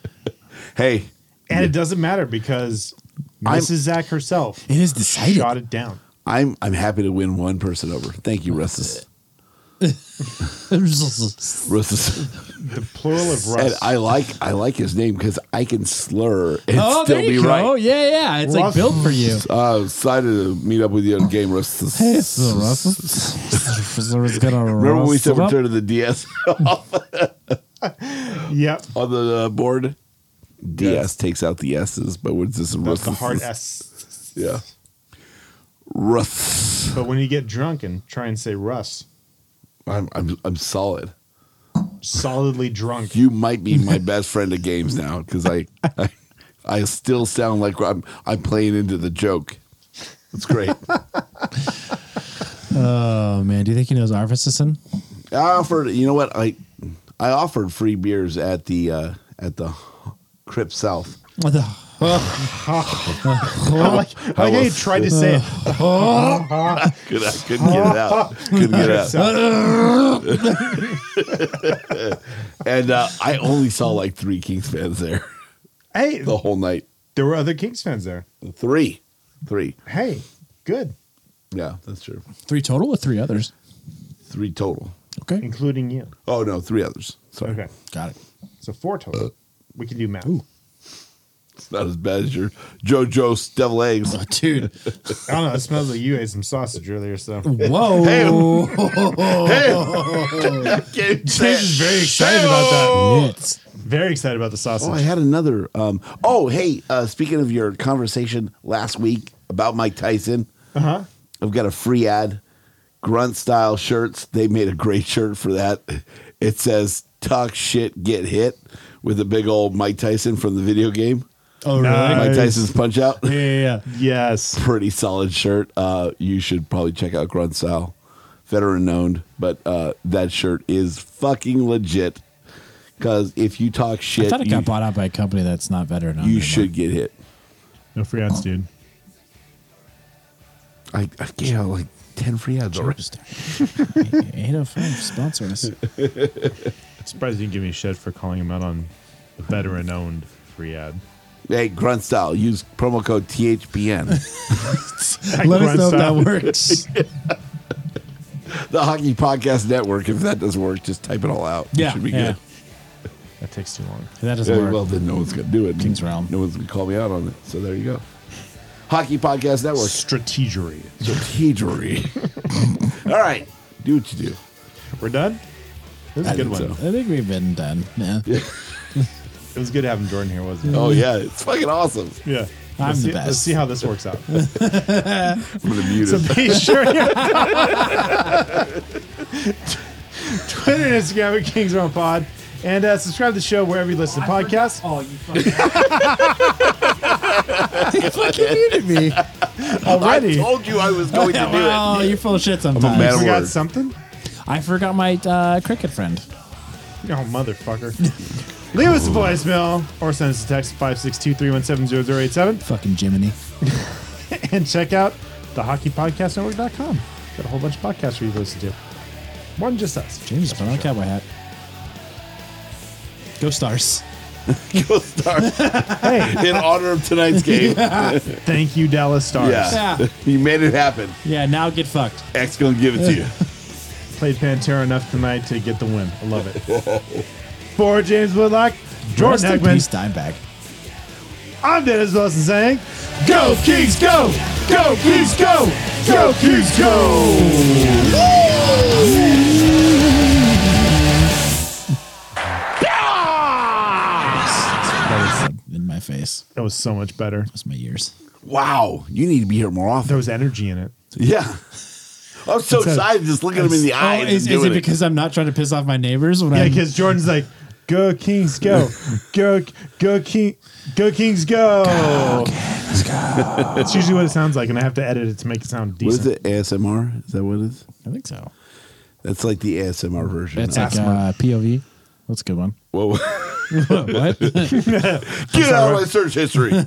C: Hey,
B: And it doesn't matter because
C: I'm-
B: Mrs. Zach herself
D: It is decided. [laughs]
B: shot it down.
C: I'm I'm happy to win one person over. Thank you, Russus. Russus.
B: The plural of
C: And
B: Russ.
C: I like I like his name because I can slur and
D: oh,
C: still
D: there you
C: be
D: go.
C: right.
D: Yeah, yeah. It's like
B: Russ-
D: built for
C: [laughs]
D: you.
C: Uh, excited to meet up with you at a game, Russus. Remember when we said return to the DS
B: yep.
C: [laughs] on the uh, board? DS takes out the S's, but what's this?
B: That's the
C: Russus?
B: hard S.
C: Yeah. Russ.
B: But when you get drunk and try and say Russ,
C: I'm, I'm, I'm solid.
B: solidly drunk.
C: You might be my best friend at games now because I, I, I still sound like I'm, I'm playing into the joke. It's great.
D: Oh man, do you think he knows Arvidsson?
C: I offered. You know what? I, I offered free beers at the, uh, at the Crip South.
D: What the?
B: [laughs] I like, I like how you tried to say it.
C: Could, I couldn't get it out. [laughs] Couldn't get it out.
B: So,
C: And uh, I only saw like three Kings fans there [laughs]
B: hey,
C: the whole night.
B: there were other Kings fans there.
C: Three. Three.
B: Hey, good.
C: Yeah, that's true.
D: Three total or three others?
C: Three total.
D: Okay,
B: Including you.
C: Oh, no, three others. Sorry.
B: Okay.
D: got it.
B: So four total. We can do math.
C: It's not as bad as your JoJo's devil eggs.
D: dude.
B: I don't know. It smells like you ate some sausage earlier, so.
D: Whoa.
B: James is very excited about that. Very excited about the sausage.
C: Oh, I had another. Um, oh, hey, uh, speaking of your conversation last week about Mike Tyson,
B: Uh-huh.
C: I've got a free ad. Grunt style shirts. They made a great shirt for that. It says "Talk shit, get hit" with a big old Mike Tyson from the video game.
D: Oh, really?
B: Nice.
C: Mike Tyson's [laughs] punch out.
D: Yeah, yeah, yeah.
B: Yes.
C: Pretty solid shirt. Uh, you should probably check out Grunt style. Veteran owned, but uh, that shirt is fucking legit. Because if you talk shit,
D: I thought it
C: you,
D: got bought out by a company that's not veteran. owned
C: you
D: anymore.
C: should get hit.
B: No free ads, dude.
C: I, I gave out like 10 free ads already.
D: Just- 805 sponsor us.
B: Surprised you didn't give me shit for calling him out on the veteran owned free ad.
C: Hey, Grunt Style, use promo code [laughs] THPN.
D: Let us know if that
B: Grunt
D: works.
C: the Hockey Podcast Network. If that doesn't work, just type it all out. It
D: Yeah,
C: should be
D: yeah.
C: good.
B: That takes too long.
D: If that doesn't
C: Yeah,
D: work.
C: well, then no one's going to do it.
D: King's Realm.
C: No one's going to call me out on it. So there you go. Hockey Podcast Network.
B: Strategery.
C: Strategery. [laughs] all right. Do what you do.
B: We're done? It was a good
C: think
B: one.
C: so.
D: I think we've been done. Yeah.
B: It was good having Jordan here, wasn't it?
C: Oh, yeah. It's fucking awesome.
B: Yeah.
D: I'm
B: let's
D: the
B: see,
D: best.
B: Let's see how this
D: [laughs]
B: works out. [laughs]
C: I'm going to mute
B: so
C: it. [laughs]
B: be sure you're Twitter and Instagram at Kings Realm Pod. And uh, subscribe to the show wherever you listen to podcasts.
D: Oh, you fucking. [laughs] you fucking muted me.
C: I
B: Already.
C: told you I was going to do [laughs] it.
D: Oh, you're full of shit sometimes.
C: man of
B: We got
C: word.
B: something?
D: I forgot my uh, cricket friend.
B: Oh, motherfucker. [laughs] Leave us a voicemail or send us a text 562 317 0087
D: Fucking Jiminy.
B: and check out thehockeypodcastnetwork.com. Got a whole bunch of podcasts for you to listen to. More than just us.
D: James, put on a cowboy hat. Go Stars.
C: Go start
B: Hey,
C: in honor of
D: [laughs]
C: tonight's game.
B: thank you, Dallas Stars.
C: Yeah.
D: Yeah.
C: [laughs] you made it happen.
D: Yeah, now get fucked.
C: X gonna give it to you.
B: Played Pantera enough tonight to get the win. I love it. For James Woodlock, Jordan
D: Rest in peace,
B: Eggman,
D: Dimebag.
B: I'm Dennis Wilson saying, Go Kings, go! Go Kings, go! Go Kings, go!
D: That was in my face.
B: That was so much better.
D: That's my ears.
C: [laughs] Wow, you need to be here more often.
B: There was energy in it.
C: [laughs] Yeah. I'm so
B: It's a-
C: excited just looking him in the eyes.
D: oh, is,
C: and
D: is
C: doing
D: it because I'm not trying to piss off my neighbors when
B: Yeah,
D: I'm
B: because Jordan's like, go Kings, go, go, go King, go Kings, go. That's usually what it sounds like, and I have to edit it to make it sound
C: What is
B: decent.
C: it? ASMR? Is that what it is?
D: I think so.
C: That's like the ASMR version.
D: It's
C: of-
D: like uh, POV. That's a good one.
C: [laughs]
D: [laughs]
C: Whoa.
D: what? [laughs]
C: [laughs] Get out of my search history.